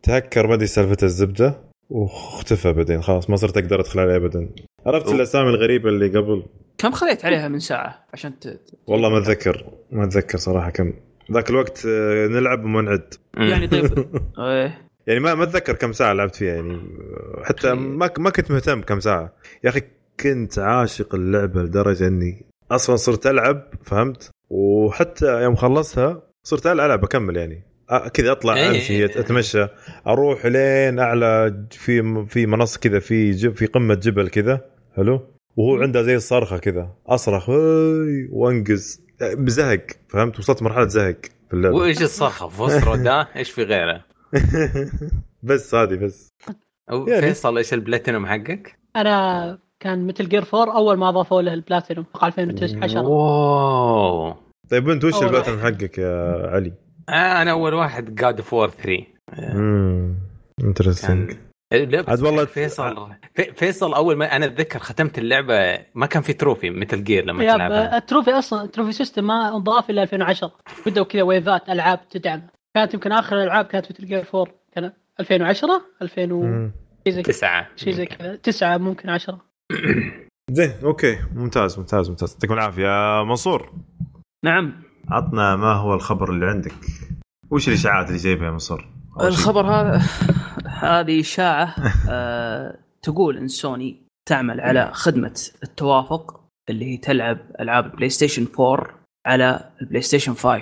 Speaker 6: تهكر ما ادري سالفته الزبده واختفى بعدين خلاص ما صرت اقدر ادخل عليه ابدا عرفت
Speaker 2: أوه.
Speaker 6: الاسامي الغريبه اللي قبل
Speaker 3: كم خذيت عليها من ساعه عشان ت...
Speaker 6: والله ما اتذكر ما اتذكر صراحه كم ذاك الوقت آه، نلعب وما نعد
Speaker 3: يعني طيب ايه
Speaker 6: يعني ما ما اتذكر كم ساعه لعبت فيها يعني حتى ما ما كنت مهتم كم ساعه يا اخي كنت عاشق اللعبه لدرجه اني اصلا صرت العب فهمت وحتى يوم خلصتها صرت العب اكمل يعني أ- كذا اطلع
Speaker 5: إيه.
Speaker 6: امشي أت- اتمشى اروح لين اعلى ج- في في منصه كذا في جب في قمه جبل كذا حلو وهو عنده زي الصرخه كذا اصرخ "هاي" وانقز بزهق فهمت وصلت مرحله زهق في اللعبه
Speaker 5: وايش الصخب فوسرو ده ايش في غيره؟
Speaker 6: [LAUGHS] بس هذه بس
Speaker 5: أو
Speaker 6: يعني.
Speaker 5: فيصل ايش البلاتينوم حقك؟
Speaker 4: انا كان مثل جير 4 اول ما اضافوا له البلاتينوم اتوقع 2010
Speaker 5: واو آه
Speaker 6: طيب انت وش
Speaker 4: أول
Speaker 6: الباترن حقك يا علي؟
Speaker 5: انا اول آه، واحد جاد اوف وور 3
Speaker 6: امم انترستنج
Speaker 5: كان إيه، لا،
Speaker 6: عاد والله-
Speaker 5: فيصل في- فيصل اول ما انا اتذكر ختمت اللعبه ما كان في تروفي مثل جير لما
Speaker 4: ياب،
Speaker 5: تلعبها
Speaker 4: آه، التروفي اصلا التروفي سيستم ما انضاف الا 2010 بدوا كذا ويفات العاب تدعم كانت يمكن اخر الالعاب كانت مثل جير 4 كان 2010 2000 و- شيء زي كذا
Speaker 5: تسعه
Speaker 4: شيء زي كذا تسعه ممكن 10
Speaker 6: زين
Speaker 2: اوكي ممتاز ممتاز ممتاز يعطيكم العافيه يا منصور
Speaker 3: نعم
Speaker 2: عطنا ما هو الخبر اللي عندك وش الاشاعات اللي جايبها يا منصور أول شيء.
Speaker 3: الخبر هذا [LAUGHS] هذه اشاعه آه، تقول ان سوني تعمل على خدمه التوافق اللي هي تلعب العاب البلاي ستيشن 4 على البلاي ستيشن 5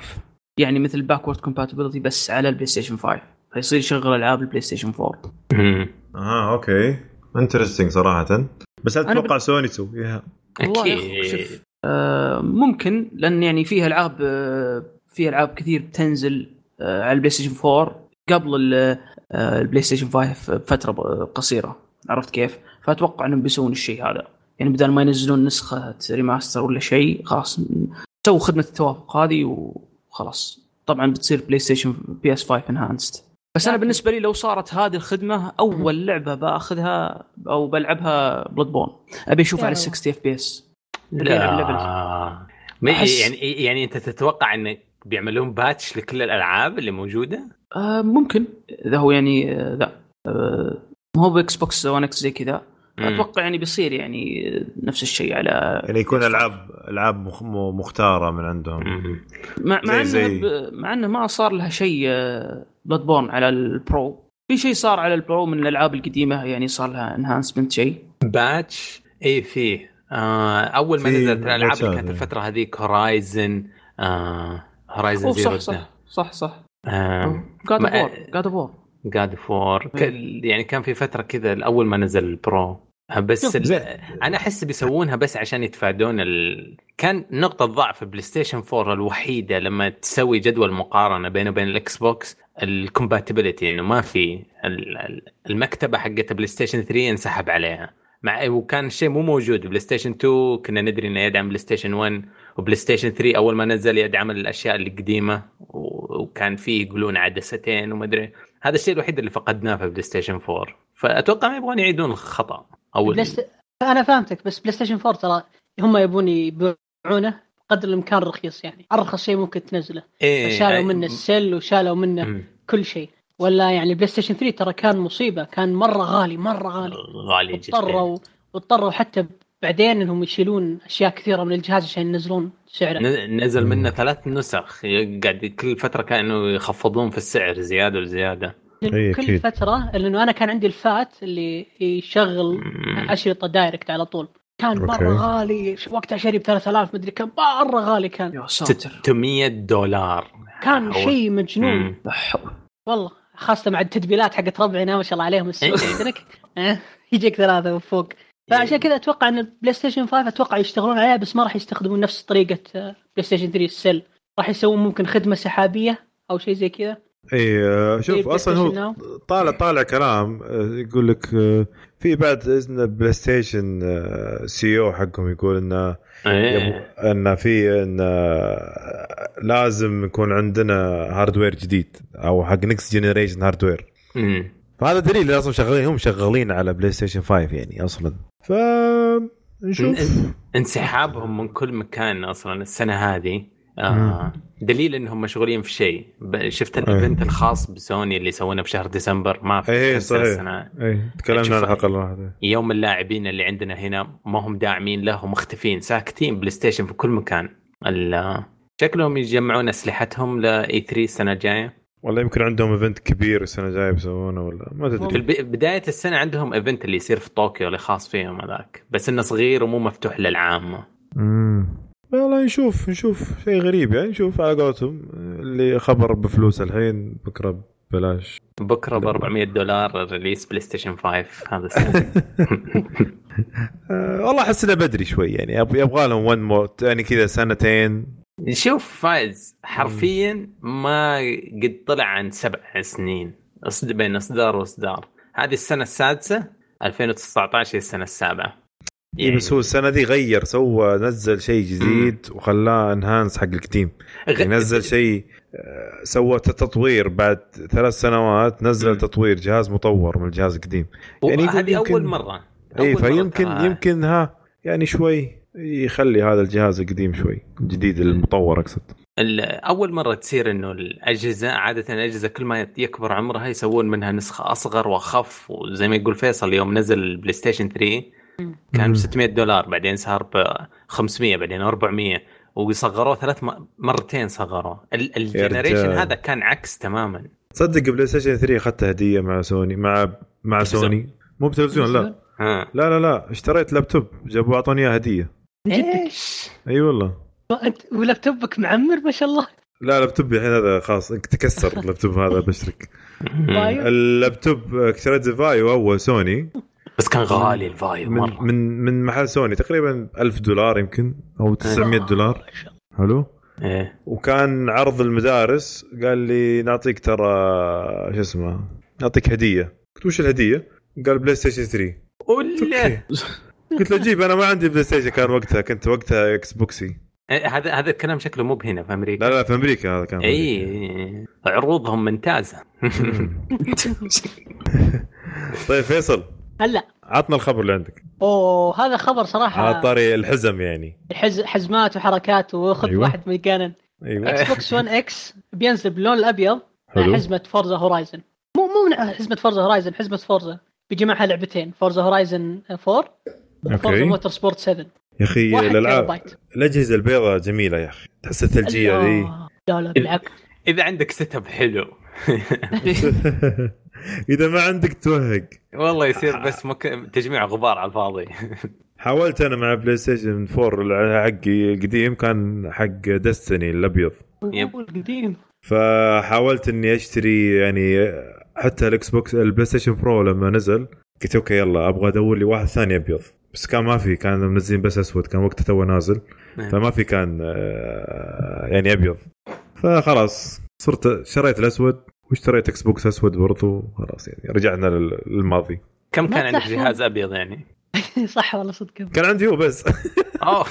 Speaker 3: يعني مثل باكورد كومباتيبلتي بس على البلاي ستيشن 5 فيصير يشغل العاب البلاي ستيشن 4
Speaker 5: مم.
Speaker 2: اه اوكي انترستنج صراحه بس هل
Speaker 3: أنا
Speaker 2: تتوقع سوني تسويها؟
Speaker 3: والله يا أخو،
Speaker 5: اكيد
Speaker 3: شوف، آه، ممكن لان يعني فيها العاب آه، فيها العاب كثير بتنزل آه، على البلاي ستيشن 4 قبل ال- آه، البلاي ستيشن 5 بفتره ب- قصيره عرفت كيف؟ فاتوقع انهم بيسوون الشيء هذا يعني بدل ما ينزلون نسخه ريماستر ولا شيء خلاص م- سووا خدمه التوافق هذه وخلاص طبعا بتصير بلاي ستيشن بي اس 5 انهانست بس انا
Speaker 4: لكن-
Speaker 3: بالنسبه لي لو صارت هذه الخدمه اول لعبه باخذها او بلعبها بلاد بون ابي اشوفها على
Speaker 4: يا رب.
Speaker 3: 60 اف بي اس
Speaker 5: لا ما
Speaker 3: أحس-
Speaker 5: يعني يعني انت تتوقع ان بيعملون باتش لكل الالعاب اللي موجوده؟
Speaker 3: آه ممكن اذا هو يعني آه، ذا آه، ما هو باكس بوكس 1 اكس زي كذا اتوقع يعني بيصير يعني آه، نفس الشيء على
Speaker 2: يعني يكون العاب العاب مخ- م- مختاره من عندهم
Speaker 5: مم.
Speaker 3: مع مع
Speaker 2: زي-
Speaker 3: انه
Speaker 2: زي-
Speaker 3: ب- مع انه ما صار لها شيء بلاد بورن على البرو في شيء صار على البرو من الالعاب القديمه يعني صار لها انهانسمنت شيء
Speaker 5: باتش اي فيه آه اول ما
Speaker 2: في
Speaker 5: نزلت الالعاب
Speaker 2: باتشات،
Speaker 5: اللي كانت
Speaker 2: إيه.
Speaker 5: الفتره هذيك هورايزن آه هورايزن
Speaker 3: أوه،
Speaker 5: زيرو
Speaker 3: صح صح صح صح
Speaker 5: آه.
Speaker 3: جاد اوف
Speaker 5: ما-
Speaker 3: وور جاد اوف وور
Speaker 5: جاد فور يعني كان في فتره كذا اول ما نزل البرو بس ال...
Speaker 2: زين.
Speaker 5: انا احس بيسوونها بس عشان يتفادون ال... كان نقطه ضعف بلاي ستيشن 4 الوحيده لما تسوي جدول مقارنه بينه وبين الاكس بوكس الكومباتيبلتي انه ما في ال- ال- المكتبه حقت بلاي ستيشن 3 انسحب عليها مع وكان الشيء مو موجود بلاي ستيشن 2 كنا ندري انه يدعم بلاي ستيشن 1 وبلاي ستيشن 3 اول ما نزل يدعم الاشياء القديمه و- وكان فيه يقولون عدستين وما ادري هذا الشيء الوحيد اللي فقدناه في بلاي ستيشن 4 فاتوقع ما يبغون يعيدون الخطا او
Speaker 4: بلاي ست- انا فهمتك بس بلاي ستيشن 4 ترى هم يبون يبيعونه قدر الامكان رخيص يعني ارخص شيء ممكن تنزله
Speaker 5: إيه
Speaker 4: شالوا
Speaker 5: أي-
Speaker 4: منه السل وشالوا منه
Speaker 5: مم.
Speaker 4: كل شيء ولا يعني بلاي ستيشن 3 ترى كان مصيبه كان مره غالي مره غالي
Speaker 5: إيه، غالي جدا
Speaker 4: اضطروا اضطروا حتى بعدين انهم يشيلون اشياء كثيره من الجهاز عشان ينزلون سعره
Speaker 5: ن- نزل منه ثلاث نسخ قاعد كل فتره كانوا يخفضون في السعر زياده وزياده
Speaker 2: إيه،
Speaker 4: كل
Speaker 2: أكيد.
Speaker 4: فتره لانه انا كان عندي الفات اللي يشغل
Speaker 5: مم.
Speaker 4: اشرطه دايركت على طول كان
Speaker 2: أوكي.
Speaker 4: مره غالي ش- وقتها شاري ب 3000 مدري كم مره غالي كان
Speaker 3: يا ساتر
Speaker 5: 600 دولار
Speaker 4: كان
Speaker 5: هو-
Speaker 4: شيء مجنون
Speaker 5: مم.
Speaker 3: لا حول.
Speaker 4: والله خاصه مع التدبيلات حقت ربعنا ما شاء الله عليهم السوق [LAUGHS]
Speaker 5: إيه.
Speaker 4: عندك أه، يجيك ثلاثه وفوق فعشان كذا اتوقع ان البلاي ستيشن 5 اتوقع يشتغلون عليها بس ما راح يستخدمون نفس طريقه آه، بلاي ستيشن 3 السل راح يسوون ممكن خدمه سحابيه او شيء زي كذا
Speaker 2: اي آه، شوف
Speaker 4: بلاي
Speaker 2: اصلا
Speaker 4: ستيشن
Speaker 2: هو
Speaker 4: ناو.
Speaker 2: طالع طالع كلام آه، يقول لك آه، في بعد اذن بلاي ستيشن سي او حقهم يقول انه
Speaker 5: إيه.
Speaker 2: يبغ- ان في ان آه، لازم يكون عندنا هاردوير جديد او حق نكست جنريشن هاردوير
Speaker 5: مم.
Speaker 2: فهذا دليل اللي اصلا شغالين هم شغالين على بلاي ستيشن 5 يعني اصلا ف نشوف
Speaker 5: إن- انسحابهم من كل مكان اصلا السنه هذه آه دليل انهم مشغولين في شيء ب- شفت
Speaker 2: إيه.
Speaker 5: الايفنت الخاص بسوني اللي سوونه بشهر ديسمبر ما في
Speaker 2: إيه،
Speaker 5: كان
Speaker 2: صحيح.
Speaker 5: السنة.
Speaker 2: ايه تكلمنا عن
Speaker 5: شوف-
Speaker 2: الحلقه اللي راحت
Speaker 5: يوم اللاعبين اللي عندنا هنا ما هم داعمين له ومختفين ساكتين بلاي ستيشن في كل مكان ال- شكلهم يجمعون E اسلحتهم لاي 3 السنه الجايه
Speaker 2: والله يمكن عندهم ايفنت كبير السنه الجايه بيسوونه ولا ما
Speaker 5: في
Speaker 2: تدري
Speaker 5: الب- بدايه السنه عندهم ايفنت اللي يصير في طوكيو اللي خاص فيهم هذاك بس انه صغير ومو مفتوح للعامه
Speaker 2: امم والله نشوف نشوف شيء غريب يعني نشوف على قولتهم اللي خبر بفلوس الحين بكره ببلاش
Speaker 5: بكره ب 400 دولار ريليس بلاي ستيشن 5 هذا
Speaker 2: [LAUGHS]
Speaker 5: السنه
Speaker 2: أه والله احس انه بدري شوي يعني يب- يبغى لهم ون مور يعني كذا سنتين
Speaker 5: شوف فايز حرفيا ما قد طلع عن سبع سنين أصد- بين اصدار واصدار هذه السنه السادسه 2019 هي السنه السابعه
Speaker 2: يعني بس هو السنه دي غير سوى نزل شيء جديد وخلاه انهانس حق القديم
Speaker 5: غ-
Speaker 2: يعني نزل شيء آه، سوى تطوير بعد ثلاث سنوات نزل
Speaker 5: مم.
Speaker 2: تطوير جهاز مطور من الجهاز القديم يعني
Speaker 5: يعني
Speaker 2: يقول
Speaker 5: هذه
Speaker 2: يمكن-
Speaker 5: اول مره
Speaker 2: اي
Speaker 5: أول مرة آه.
Speaker 2: فيمكن
Speaker 5: ترى.
Speaker 2: يمكن ها يعني شوي يخلي هذا الجهاز القديم شوي الجديد المطور اقصد
Speaker 5: ال- اول مره تصير انه الاجهزه عاده الاجهزه كل ما يكبر عمرها يسوون منها نسخه اصغر واخف وزي ما يقول فيصل يوم نزل البلاي ستيشن 3 كان
Speaker 2: مم.
Speaker 5: ب 600 دولار بعدين صار ب 500 بعدين 400 وصغروه ثلاث م- مرتين صغروه ال-
Speaker 2: يا
Speaker 5: الجنريشن
Speaker 2: رجال.
Speaker 5: هذا كان عكس تماما
Speaker 2: تصدق بلاي ستيشن 3 اخذته هديه مع سوني مع مع
Speaker 5: تلفزيون.
Speaker 2: سوني مو بتلفزيون لا
Speaker 5: ها
Speaker 2: لا لا لا اشتريت لابتوب جابوا اعطوني اياه هديه
Speaker 5: ايش
Speaker 2: اي والله
Speaker 4: انت ولابتوبك معمر ما شاء الله
Speaker 2: لا لابتوب الحين هذا خلاص تكسر اللابتوب هذا بشرك
Speaker 4: طيب.
Speaker 2: اللابتوب اشتريته فايو اول سوني
Speaker 5: بس كان غالي الفايو
Speaker 2: من
Speaker 5: مره
Speaker 2: من من محل سوني تقريبا 1000 دولار يمكن او 900 دولار حلو
Speaker 5: إيه.
Speaker 2: وكان عرض المدارس قال لي نعطيك ترى شو اسمه نعطيك هديه قلت وش الهديه؟ قال بلاي ستيشن 3
Speaker 5: ولا
Speaker 2: أوكي. قلت له جيب انا ما عندي بلاي ستيشن كان وقتها كنت وقتها اكس بوكسي
Speaker 5: إيه، هذا هذا الكلام شكله مو بهنا في امريكا
Speaker 2: لا لا في امريكا هذا كان في
Speaker 5: اي
Speaker 2: أمريكا.
Speaker 5: إي. عروضهم ممتازه [LAUGHS]
Speaker 2: طيب فيصل
Speaker 4: هلا
Speaker 2: عطنا الخبر اللي عندك
Speaker 4: اوه هذا خبر
Speaker 2: على
Speaker 4: صراحه
Speaker 2: طاري الحزم يعني
Speaker 4: حز... حزمات وحركات وخذ
Speaker 2: أيوة.
Speaker 4: أيوة. واحد مجانا
Speaker 2: ايوه
Speaker 4: اكس بوكس 1 اكس بينزل باللون الابيض
Speaker 2: حلو.
Speaker 4: مع حزمه فورزا هورايزن مو مو من حزمه فورزا هورايزن حزمه فورزا بيجي معها لعبتين فورزا هورايزن 4 وفورزا
Speaker 2: اوكي
Speaker 4: موتور سبورت 7
Speaker 2: يا اخي
Speaker 4: واحد
Speaker 2: الالعاب
Speaker 4: تيرابايت.
Speaker 2: الاجهزه البيضاء جميله يا اخي تحس الثلجيه ذي
Speaker 4: الله. لا لا بالعكس
Speaker 5: اذا عندك سيت اب حلو
Speaker 2: [LAUGHS] اذا ما عندك توهق آه.
Speaker 5: والله يصير بس مك... تجميع غبار على الفاضي [LAUGHS]
Speaker 2: حاولت انا مع بلاي ستيشن 4 الع- حقي القديم كان حق دستني الابيض
Speaker 5: يب.
Speaker 4: القديم
Speaker 2: فحاولت اني اشتري يعني حتى الاكس بوكس البلاي ستيشن برو لما نزل قلت اوكي يلا ابغى ادور لي واحد ثاني ابيض بس كان ما في كان منزلين بس اسود كان وقته تو نازل فما في كان آه، يعني ابيض فخلاص صرت شريت الاسود واشتريت اكس بوكس اسود برضو خلاص يعني رجعنا لل- للماضي
Speaker 5: كم
Speaker 4: ما
Speaker 5: كان عندك
Speaker 4: تحلم.
Speaker 5: جهاز ابيض يعني؟
Speaker 4: [LAUGHS] صح والله صدق
Speaker 2: كان عندي هو بس [LAUGHS]
Speaker 5: [LAUGHS] اوه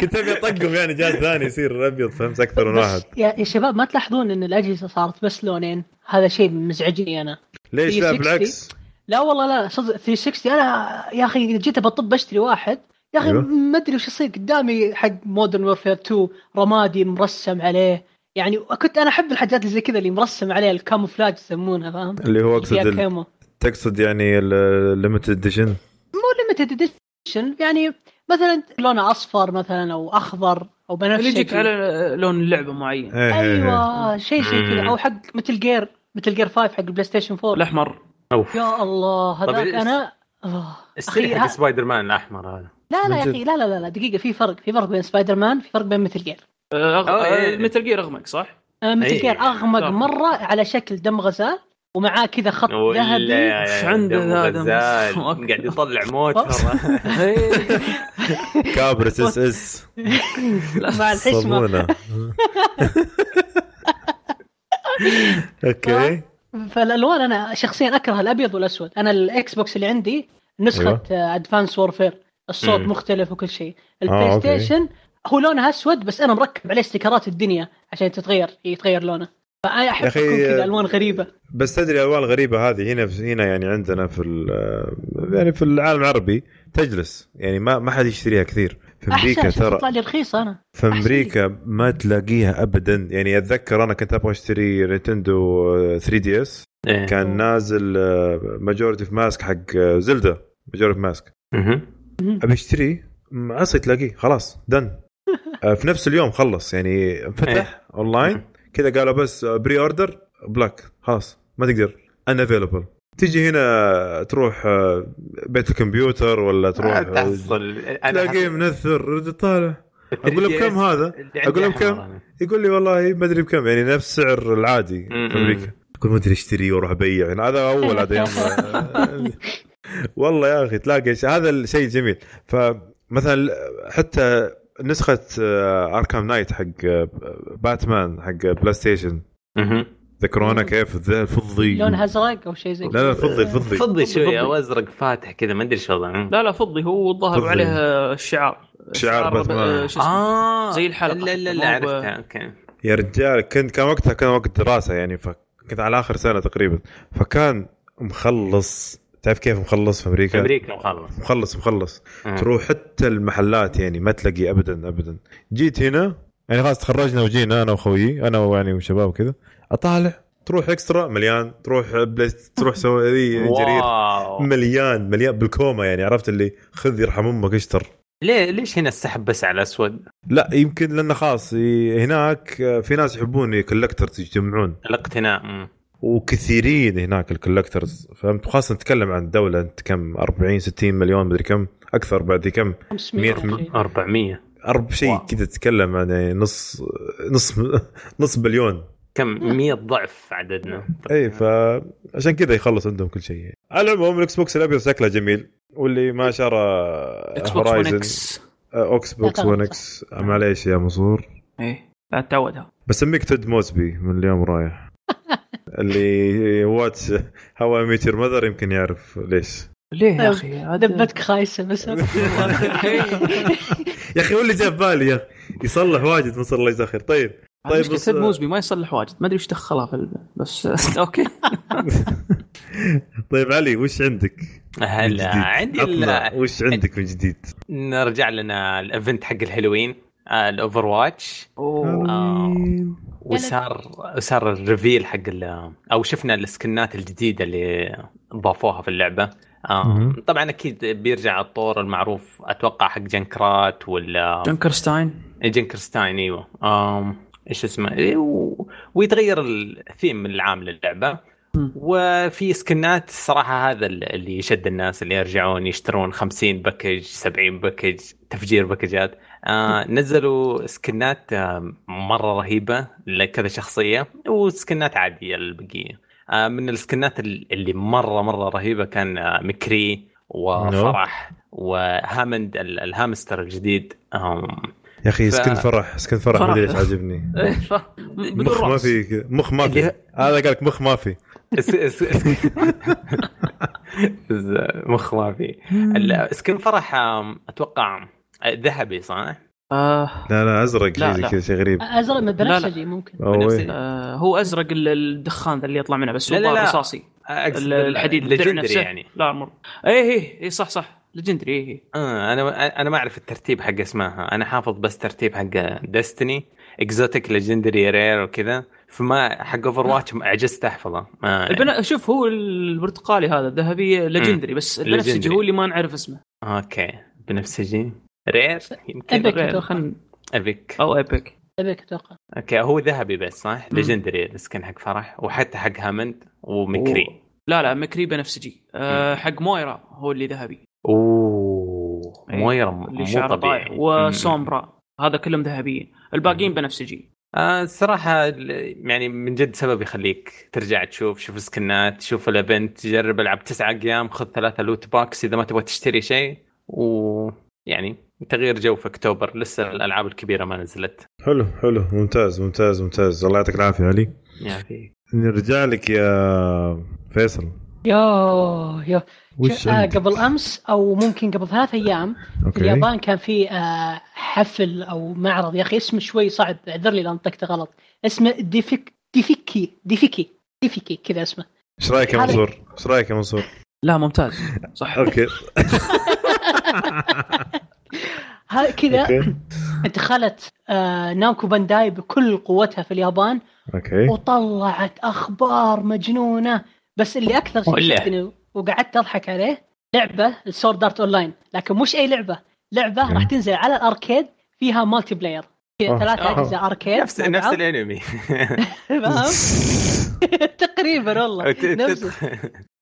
Speaker 2: كنت ابي اطقم يعني جهاز ثاني يصير ابيض فهمت اكثر من واحد
Speaker 4: بس يا, يا شباب ما تلاحظون ان الاجهزه صارت بس لونين هذا شيء مزعجني انا
Speaker 2: ليش لا
Speaker 4: 360
Speaker 2: بالعكس
Speaker 4: لا والله لا صدق 360 انا يا اخي جيت بطب اشتري واحد يا اخي
Speaker 2: أيوه.
Speaker 4: ما ادري وش يصير قدامي حق مودرن وورفير 2 رمادي مرسم عليه يعني كنت انا احب الحاجات اللي زي كذا اللي مرسم عليها الكاموفلاج يسمونها فاهم؟
Speaker 2: اللي هو اقصد
Speaker 4: فيها
Speaker 2: ال-
Speaker 4: كيمو
Speaker 2: تقصد يعني الليمتد اديشن
Speaker 4: ليمتد اديشن يعني مثلا لونه اصفر مثلا او اخضر او
Speaker 3: اللي
Speaker 4: بنفسجي
Speaker 3: يجيك على لون لعبه معين
Speaker 2: أه. إيه،
Speaker 4: ايوه شيء زي كذا
Speaker 5: مم.
Speaker 4: او حق مثل جير مثل جير 5 حق البلاي ستيشن 4
Speaker 3: الاحمر
Speaker 4: يا الله
Speaker 5: طب
Speaker 4: هذاك
Speaker 5: الس-
Speaker 4: انا آه.
Speaker 5: استريح
Speaker 4: ها-
Speaker 5: حق سبايدر مان الاحمر هذا
Speaker 4: لا لا يا
Speaker 2: من جد.
Speaker 4: اخي لا لا لا- لا دقيقه في فرق في فرق بين سبايدر مان في فرق بين مثل جير
Speaker 3: أه، أغ...
Speaker 5: آه، إيه.
Speaker 3: متل جير اغمق صح؟
Speaker 4: مثل
Speaker 5: إيه.
Speaker 4: جير اغمق
Speaker 3: صح.
Speaker 4: مره على شكل دم غزال ومعاه كذا خط ذهبي
Speaker 3: وش عنده هذا؟ [LAUGHS]
Speaker 5: قاعد يطلع موتر
Speaker 2: كابرس اس اس
Speaker 4: مع الحشمه
Speaker 2: صابونة اوكي
Speaker 4: فالالوان انا شخصيا اكره الابيض والاسود انا الاكس بوكس اللي عندي نسخه ادفانس وورفير الصوت
Speaker 5: مم.
Speaker 4: مختلف وكل شيء
Speaker 2: أيوة. آه،
Speaker 4: البلاي
Speaker 2: أوكي.
Speaker 4: ستيشن هو لونها اسود بس انا مركب عليه استيكرات الدنيا عشان تتغير يتغير لونه فانا احب
Speaker 2: يا أخي،
Speaker 4: اكون كذا
Speaker 2: آه،
Speaker 4: الوان غريبه
Speaker 2: بس تدري الالوان الغريبه هذه هنا في هنا يعني عندنا في ال- يعني في العالم العربي تجلس يعني ما ما حد يشتريها كثير في امريكا
Speaker 4: احسن عشان
Speaker 2: ترى
Speaker 4: تطلع لي رخيصه انا
Speaker 2: في امريكا ما تلاقيها ابدا يعني اتذكر انا كنت ابغى اشتري نينتندو 3 دي اس
Speaker 5: إيه.
Speaker 2: كان نازل آه، ماجورتي في ماسك حق آه، زلدا ماجورتي في ماسك
Speaker 5: مهم.
Speaker 2: ابي اشتري عصي تلاقيه خلاص دن آه، في نفس اليوم خلص يعني فتح اونلاين كذا قالوا بس بري اوردر بلاك خلاص ما تقدر ان افيلبل تيجي هنا تروح آه، بيت الكمبيوتر ولا تروح آه،
Speaker 5: تحصل أنا
Speaker 2: تلاقيه
Speaker 5: حصل-
Speaker 2: منثر طالع اقول له
Speaker 5: 3DS
Speaker 2: بكم هذا؟
Speaker 5: اللي عندي
Speaker 2: أقول له
Speaker 5: أحمر
Speaker 2: بكم؟
Speaker 5: أنا.
Speaker 2: يقول لي والله ما ادري بكم يعني نفس سعر العادي
Speaker 5: مم.
Speaker 2: في امريكا يقول ما ادري اشتري واروح ابيع يعني هذا اول هذا يوم والله يا اخي تلاقي ش- هذا الشيء جميل فمثلا حتى نسخه اركام نايت حق آه، باتمان حق بلاي ستيشن
Speaker 5: مهم.
Speaker 2: ذكرونا كيف الذ- الفضي
Speaker 4: لونها
Speaker 2: لا
Speaker 4: ازرق او شيء زي كذا
Speaker 2: لا الفضي الفضي
Speaker 5: فضي شوي
Speaker 3: فضي.
Speaker 5: او ازرق فاتح كذا ما ادري ايش وضعه
Speaker 3: لا لا فضي هو الظاهر
Speaker 2: فضي.
Speaker 3: عليه الشعار
Speaker 2: باتمان.
Speaker 3: آه، شو اسمه؟
Speaker 5: اه
Speaker 3: زي الحلقة.
Speaker 5: لا لا لا
Speaker 3: مو ب-
Speaker 5: عرفتها اوكي
Speaker 2: يا رجال كنت كان وقتها كان وقت دراسه يعني فكنت على اخر سنه تقريبا فكان مخلص تعرف كيف مخلص في امريكا؟
Speaker 5: في امريكا مخلص
Speaker 2: مخلص مخلص
Speaker 5: آه.
Speaker 2: تروح حتى المحلات يعني ما تلاقي ابدا ابدا جيت هنا يعني خلاص تخرجنا وجينا انا وخويي انا ويعني وشباب كذا اطالع تروح اكسترا مليان تروح بلاي تروح سوي ذي جرير
Speaker 5: واو
Speaker 2: مليان مليان بالكوما يعني عرفت اللي خذ يرحم امك اشتر
Speaker 5: ليه ليش هنا السحب بس على الاسود؟
Speaker 2: لا يمكن لانه خلاص ي- هناك آه، في ناس يحبون الكولكترز يجتمعون
Speaker 5: الاقتناء مم.
Speaker 2: وكثيرين هناك الكولكترز فهمت خاصه نتكلم عن دوله انت كم 40 60 مليون مدري كم اكثر بعد كم
Speaker 4: 500
Speaker 2: مية-
Speaker 4: شيء.
Speaker 5: 400
Speaker 2: أرب شيء
Speaker 5: واو.
Speaker 2: كذا تتكلم عن يعني نص نص نص بليون
Speaker 5: كم 100 ضعف عددنا
Speaker 2: اي فعشان كذا يخلص عندهم كل شيء على العموم الاكس بوكس الابيض شكله جميل واللي ما شرى آه،
Speaker 3: اكس بوكس 1
Speaker 2: هورايزن
Speaker 3: اكس
Speaker 2: اوكس بوكس
Speaker 4: لا
Speaker 2: 1
Speaker 4: تغلط.
Speaker 2: اكس معليش يا منصور
Speaker 3: ايه لا تعودها
Speaker 2: بسميك تد موسبي من اليوم رايح اللي واتش هوا ميتر مذر يمكن يعرف ليش
Speaker 3: ليه يا اخي [LAUGHS] هذا
Speaker 4: دبتك خايسه بس
Speaker 3: [LAUGHS]
Speaker 2: يا اخي هو اللي جاب بالي يا اخي يصلح واجد من صار الله يجزاه خير طيب طيب
Speaker 3: طيب
Speaker 2: بس-
Speaker 3: سيد موزبي ما يصلح واجد ما ادري ايش دخلها في ال- بس [LAUGHS] اوكي
Speaker 2: طيب علي وش عندك؟ من
Speaker 5: هلا
Speaker 2: جديد؟
Speaker 5: عندي
Speaker 2: عطنا
Speaker 5: ال-
Speaker 2: وش عندك من جديد؟
Speaker 5: نرجع لنا الايفنت حق الهالوين آه، الاوفر واتش
Speaker 3: أوه.
Speaker 5: وصار وصار الريفيل حق ال- او شفنا السكنات الجديده اللي ضافوها في اللعبه آه،
Speaker 2: مهم.
Speaker 5: طبعا اكيد بيرجع الطور المعروف اتوقع حق جنكرات ولا
Speaker 3: جنكرستاين
Speaker 5: جنكرستاين ايوه آم، ايش اسمه إيه، و- ويتغير الثيم العام للعبه
Speaker 3: مم.
Speaker 5: وفي سكنات صراحه هذا ال- اللي يشد الناس اللي يرجعون يشترون 50 باكج 70 باكج تفجير باكجات آه نزلوا سكنات آه مره رهيبه لكذا شخصيه وسكنات عاديه للبقيه آه، من السكنات ال- اللي مره مره رهيبه كان آه، مكري وفرح وهامند ال- الهامستر الجديد آم،
Speaker 2: يا اخي
Speaker 5: ف-
Speaker 2: سكن فرح سكن فرح ما ادري ليش عاجبني
Speaker 3: إيه، بدون
Speaker 2: مخ ما
Speaker 3: رأس.
Speaker 2: في كذا، مخ ما في
Speaker 5: اللي-
Speaker 2: هذا قال لك مخ ما في
Speaker 5: اس- اس- اس- ز- مخ ما في ال- سكن فرح آم، اتوقع آه، ذهبي صح؟
Speaker 3: آه،
Speaker 2: لا لا ازرق
Speaker 3: لا،
Speaker 2: شيء زي
Speaker 3: لا.
Speaker 2: كذا شيء غريب
Speaker 4: ازرق من بنفسجي ممكن
Speaker 2: أوه،
Speaker 5: بنفسجي.
Speaker 2: إيه.
Speaker 3: آه، هو ازرق ال- الدخان ذا اللي يطلع منه بس
Speaker 5: لا،
Speaker 3: هو
Speaker 5: لا، لا.
Speaker 3: رصاصي
Speaker 5: آه، أقصد
Speaker 3: ال- الحديد الدرع
Speaker 5: legendary
Speaker 3: نفسه.
Speaker 5: يعني
Speaker 3: لا مر اي اي اي صح صح إيه، ليجندري اي اي
Speaker 5: آه انا انا ما اعرف الترتيب حق اسمها انا حافظ بس ترتيب حق ديستني اكزوتيك ليجندري رير وكذا فما حق اوفر واتش عجزت احفظه ما
Speaker 3: البنا... شوف هو البرتقالي هذا الذهبي ليجندري بس البنفسجي
Speaker 5: ليجندري.
Speaker 3: هو اللي ما نعرف اسمه
Speaker 5: اوكي بنفسجي رير يمكن
Speaker 4: Epic.
Speaker 3: غير-
Speaker 4: أتوقع.
Speaker 3: خل
Speaker 5: ابيك
Speaker 3: او ايبك
Speaker 4: ابيك اتوقع
Speaker 5: اوكي هو ذهبي بس صح
Speaker 3: مم.
Speaker 5: ليجندري السكن حق فرح وحتى حق هامند ومكري
Speaker 3: لا لا مكري بنفسجي أه حق مويرا هو اللي ذهبي
Speaker 5: اوه
Speaker 3: إيه.
Speaker 5: مويرا م-
Speaker 3: اللي
Speaker 5: مو
Speaker 3: شعره طايح
Speaker 5: طبيعي مم.
Speaker 3: وسومبرا هذا كلهم ذهبيين الباقيين
Speaker 5: مم.
Speaker 3: بنفسجي
Speaker 5: آه الصراحة ال- يعني من جد سبب يخليك ترجع تشوف شوف سكنات شوف الايفنت جرب العب تسعة ايام خذ ثلاثة لوت باكس اذا ما تبغى تشتري شيء و يعني تغيير جو في اكتوبر لسه الالعاب الكبيرة ما نزلت
Speaker 2: حلو حلو ممتاز ممتاز ممتاز الله يعطيك العافيه علي
Speaker 5: يعني
Speaker 2: نرجع لك يا فيصل
Speaker 4: يوه يوه
Speaker 2: وش
Speaker 4: شو- آه
Speaker 2: عندك؟
Speaker 4: قبل امس او ممكن قبل ثلاث ايام في
Speaker 2: اوكي
Speaker 4: اليابان كان في آه حفل او معرض يا اخي اسمه شوي صعب اعذرني لو نطقته غلط اسمه ديفيك ديفيكي ديفيكي ديفيكي كذا اسمه
Speaker 2: ايش رايك يا
Speaker 4: هذا-
Speaker 2: منصور؟ ايش رايك يا منصور؟
Speaker 3: لا ممتاز صح
Speaker 2: اوكي
Speaker 4: ها- كذا
Speaker 2: اوكي
Speaker 4: دخلت آه نامكو بانداي بكل قوتها في اليابان
Speaker 2: اوكي
Speaker 4: وطلعت اخبار مجنونه بس اللي اكثر شيء
Speaker 5: ولا.
Speaker 4: شدني وقعدت اضحك عليه لعبه السورد ارت اون لاين لكن مش اي لعبه لعبه
Speaker 2: مم.
Speaker 4: راح تنزل على الاركيد فيها مالتي بلاير كذا
Speaker 2: آه.
Speaker 4: ثلاثة
Speaker 5: آه.
Speaker 4: اجهزه
Speaker 3: إيه،
Speaker 4: اركيد
Speaker 5: نفس نفس الانمي
Speaker 4: [LAUGHS] تقريبا
Speaker 3: طيب،
Speaker 5: [LAUGHS]
Speaker 4: والله نفسه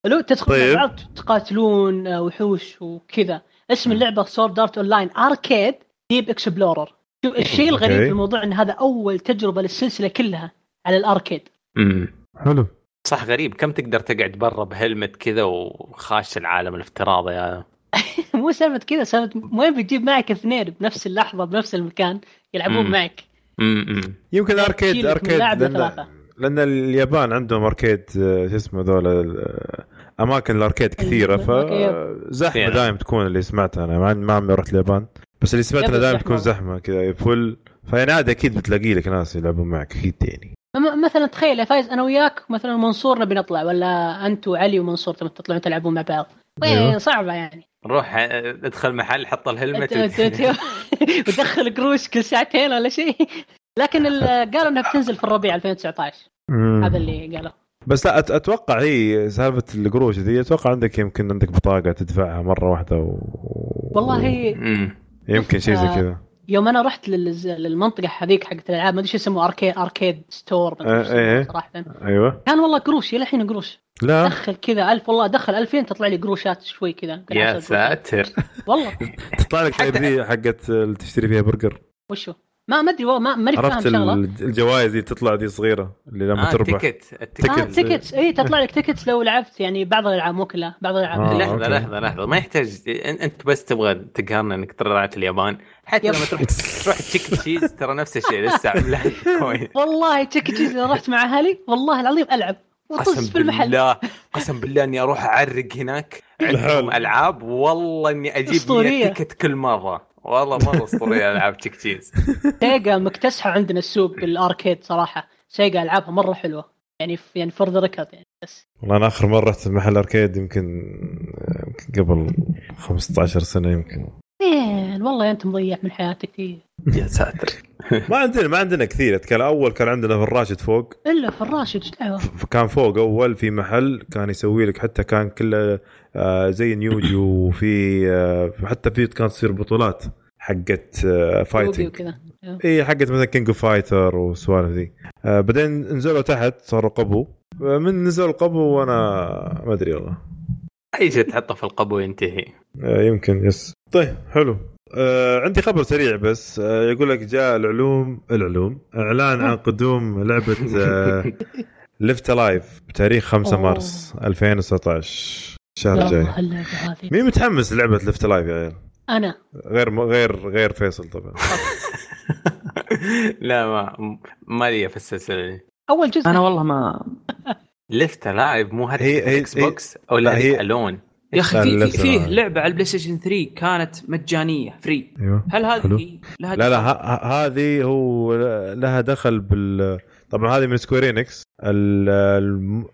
Speaker 4: لو تدخل
Speaker 2: طيب.
Speaker 4: طيب. بعض تقاتلون آه، وحوش وكذا اسم اللعبه سورد ارت اون لاين اركيد ديب اكسبلورر الشيء الغريب
Speaker 2: أوكي.
Speaker 4: في الموضوع ان هذا اول تجربه للسلسله كلها على الاركيد
Speaker 5: أمم.
Speaker 2: حلو
Speaker 5: صح غريب كم تقدر تقعد برا بهلمت كذا وخاش العالم الافتراضي هذا
Speaker 4: مو سالفه كذا سالفه وين بتجيب معك اثنين بنفس اللحظه بنفس المكان يلعبون
Speaker 5: مم.
Speaker 4: معك
Speaker 5: أمم، أمم.
Speaker 2: يمكن
Speaker 4: شيلك
Speaker 2: اركيد
Speaker 4: إيه، من
Speaker 2: اركيد
Speaker 4: لاعب
Speaker 2: لان
Speaker 4: لثلاثة.
Speaker 2: لان اليابان عندهم اركيد آه، شو اسمه ذولا ال- آه، اماكن الاركيد
Speaker 4: أيوة،
Speaker 2: كثيره ف زحمه
Speaker 5: فعلا.
Speaker 2: دائم تكون اللي سمعتها انا ما ما عمري رحت اليابان بس اللي سمعت انها
Speaker 4: يبدو
Speaker 2: دائم
Speaker 4: زحمة.
Speaker 2: تكون زحمه كذا فل فيعني عادي اكيد بتلاقي لك ناس يلعبون معك اكيد يعني
Speaker 4: أما مثلا تخيل يا فايز انا وياك مثلا منصور نبي نطلع ولا انت وعلي ومنصور تبون تطلعون تلعبون مع بعض
Speaker 2: أيوة.
Speaker 4: وين صعبه يعني
Speaker 5: روح آه، ادخل محل حط الهلمت
Speaker 4: أنت- أنت- أنت- [LAUGHS] وتدخل قروش كل ساعتين ولا شيء
Speaker 2: [LAUGHS]
Speaker 4: لكن ال- قالوا انها بتنزل في الربيع 2019
Speaker 2: مم.
Speaker 4: هذا اللي قالوا
Speaker 2: بس لا أت- اتوقع هي سالفه القروش ذي اتوقع عندك يمكن عندك بطاقه تدفعها مره واحده و...
Speaker 4: والله
Speaker 5: أمم.
Speaker 2: يمكن شيء زي كذا
Speaker 4: يوم انا رحت للز- للمنطقه هذيك حقت الالعاب ما ادري شو يسموه اركيد اركيد ستور ما أدري شو
Speaker 2: إيه، إيه.
Speaker 4: يسموه صراحه
Speaker 2: ايوه
Speaker 4: كان والله قروش الى الحين قروش
Speaker 5: أه؟
Speaker 2: لا
Speaker 4: [LAUGHS] دخل كذا ألف والله دخل 2000 تطلع لي قروشات شوي كذا يمكن
Speaker 5: يا
Speaker 4: عشر
Speaker 5: ساتر
Speaker 4: قروشات. والله
Speaker 2: تطلع لك طيب ذي حقت اللي تشتري فيها برجر
Speaker 4: وشو ما ما ادري والله ما ماني فاهم
Speaker 2: عرفت
Speaker 4: شغله
Speaker 2: ال- الجوائز اللي تطلع ذي صغيره اللي لما
Speaker 5: آه،
Speaker 2: تربح
Speaker 5: التيكت
Speaker 4: اه
Speaker 5: التيكت
Speaker 4: تيكتس اي تطلع لك تيكتس لو لعبت يعني بعض الالعاب مو كلها بعض الالعاب
Speaker 2: آه.
Speaker 5: لحظة
Speaker 2: أوكي.
Speaker 5: لحظة لحظة ما يحتاج أن- انت بس تبغى تقهرنا انك طلعت اليابان حتى
Speaker 4: يب.
Speaker 5: لما تروح تروح تشيك تشيز ترى نفس الشيء لسه عملها
Speaker 4: [LAUGHS]
Speaker 5: كوين.
Speaker 4: والله تكتي اذا رحت مع اهلي والله العظيم العب وطز
Speaker 5: قسم
Speaker 4: بالمحل
Speaker 5: بالله قسم بالله اني اروح اعرق هناك عندهم
Speaker 2: الحال.
Speaker 5: العاب والله اني اجيب
Speaker 4: أسطورية.
Speaker 5: لي تيكت كل مرة والله مرة اسطورية العاب
Speaker 2: [LAUGHS]
Speaker 5: تشيك تشيز
Speaker 4: سيجا مكتسحه عندنا السوق بالاركيد صراحه سيجا العابها مره حلوه يعني في يعني فور ذا ريكورد يعني بس
Speaker 2: والله انا اخر مره رحت محل اركيد يمكن يمكن قبل 15 سنه يمكن
Speaker 4: إيه، والله انت مضيع من حياتك كثير
Speaker 5: يا ساتر
Speaker 2: ما عندنا ما عندنا كثير كان اول كان عندنا في الراشد فوق
Speaker 4: الا في الراشد ايش دعوه
Speaker 2: كان فوق اول في محل كان يسوي لك حتى كان كله آه، زي نيوجي وفي آه، حتى في كانت تصير بطولات حقت آه،
Speaker 4: فايتنج
Speaker 2: فايتنج
Speaker 4: وكذا
Speaker 2: اي إيه، حقت مثلا كينج اوف فايتر والسوالف ذي آه، بعدين نزلوا تحت صاروا قبو آه، من نزل القبو وانا ما ادري والله
Speaker 5: اي شيء تحطه في القبو ينتهي [LAUGHS]
Speaker 2: آه، يمكن يس طيب حلو آه، عندي خبر سريع بس آه، يقول لك جاء العلوم العلوم اعلان عن قدوم لعبه آه، ليفت الايف بتاريخ 5
Speaker 4: أوه.
Speaker 2: مارس 2019 الشهر الجاي
Speaker 4: يلا اللعبه هذه
Speaker 2: مين متحمس لعبه ليفت الايف يا عيال؟
Speaker 4: انا
Speaker 2: غير غير غير فيصل طبعا
Speaker 5: لا ما ما لي في السلسله
Speaker 4: اول جزء
Speaker 3: انا والله ما
Speaker 5: لفت لاعب مو هذه
Speaker 2: هي- هي-
Speaker 5: اكس بوكس او
Speaker 2: لا،
Speaker 5: لا
Speaker 2: هي-
Speaker 5: هي الون
Speaker 3: يا اخي
Speaker 2: لا،
Speaker 3: في
Speaker 2: للأسف
Speaker 3: في- فيه
Speaker 2: أنا-
Speaker 3: لعبه على البلاي ستيشن 3 كانت مجانيه فري
Speaker 2: ايوه
Speaker 3: هل
Speaker 2: حلو.
Speaker 3: هذه إيه؟ لها
Speaker 2: لا لا ه- ه- هذه هو لها دخل بال طبعا هذه من سكويرينكس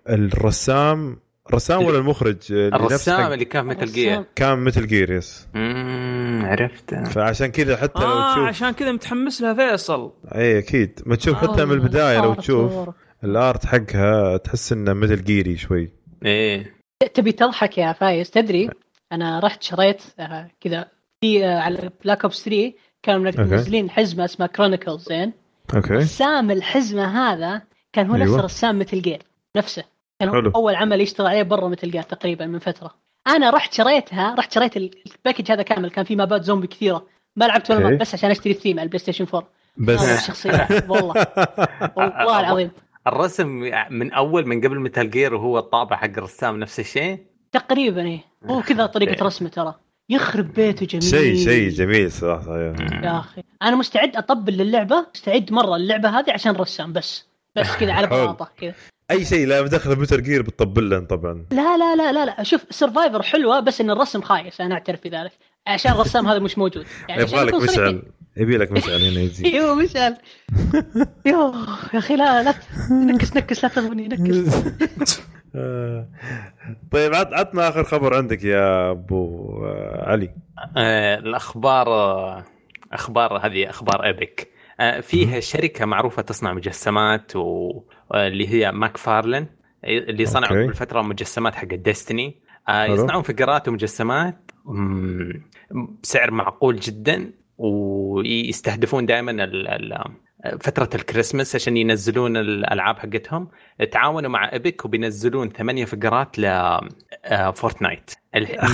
Speaker 2: الرسام رسام ولا المخرج اللي نفس
Speaker 5: الرسام
Speaker 2: حق-
Speaker 5: اللي كان مثل جير
Speaker 2: كان مثل جير يس
Speaker 5: اممم عرفت
Speaker 2: فعشان كذا حتى لو
Speaker 4: آه،
Speaker 3: اه
Speaker 2: تشوف
Speaker 3: عشان كذا متحمس لها فيصل
Speaker 2: اي اكيد ما
Speaker 4: آه،
Speaker 2: تشوف حتى من البدايه لو تشوف الارت حقها تحس انه مثل جيري شوي
Speaker 5: ايه
Speaker 4: تبي تضحك يا فايز تدري انا رحت شريت آه، كذا في آه، على بلاك اوبس 3 كانوا
Speaker 2: أوكي.
Speaker 4: منزلين حزمه اسمها كرونيكلز زين
Speaker 2: اوكي
Speaker 4: رسام الحزمه هذا كان هو نفس
Speaker 2: أيوة.
Speaker 4: رسام مثل جير نفسه كان هو
Speaker 2: حلو.
Speaker 4: اول عمل يشتغل عليه برا مثل جير تقريبا من فتره انا رحت شريتها رحت شريت ال- الباكج هذا كامل كان فيه مابات زومبي كثيره ما لعبت ولا
Speaker 2: أوكي.
Speaker 4: ماب بس عشان اشتري الثيم على البلاي ستيشن 4
Speaker 2: بس
Speaker 4: هذا الشخصيه والله والله العظيم
Speaker 5: الرسم من اول من قبل متل جير وهو الطابع حق الرسام نفس الشيء
Speaker 4: تقريبا ايه هو كذا طريقه رسمه ترى يخرب بيته جميل
Speaker 2: [LAUGHS] آه، شيء شيء جميل صراحه يعني.
Speaker 4: يا اخي انا مستعد اطبل للعبه مستعد مره اللعبه هذه عشان رسام بس بس كذا على
Speaker 2: [LAUGHS] حلو.
Speaker 4: بلاطه كذا
Speaker 2: اي شيء لا مدخله بمتل جير بتطبل لهم طبعا
Speaker 4: لا لا لا لا لا شوف سرفايفر حلوه بس ان الرسم خايس انا اعترف بذلك عشان الرسام هذا مش موجود يعني عشان
Speaker 2: يبغى لك
Speaker 4: نكون صريحين.
Speaker 2: مشعل يبي لك مشعل هنا يجي
Speaker 4: ايوه مشعل يوه يا اخي لا لا نكس نكس لا تظني نكس
Speaker 2: [LAUGHS] آه. طيب عط عطنا اخر خبر عندك يا ابو آه، علي
Speaker 5: آه، الاخبار آه، اخبار هذه اخبار ايبك آه، فيها شركه معروفه تصنع مجسمات و- واللي هي ماك فارلن اللي صنعوا
Speaker 2: أوكي.
Speaker 5: أوكي. بالفتره مجسمات حق الديستني
Speaker 2: حلو.
Speaker 5: آه، يصنعون فقرات ومجسمات مم، بسعر معقول جدا ويستهدفون دائما فتره الكريسماس عشان ينزلون الالعاب حقتهم تعاونوا مع ايبك وبينزلون ثمانيه فقرات لفورتنايت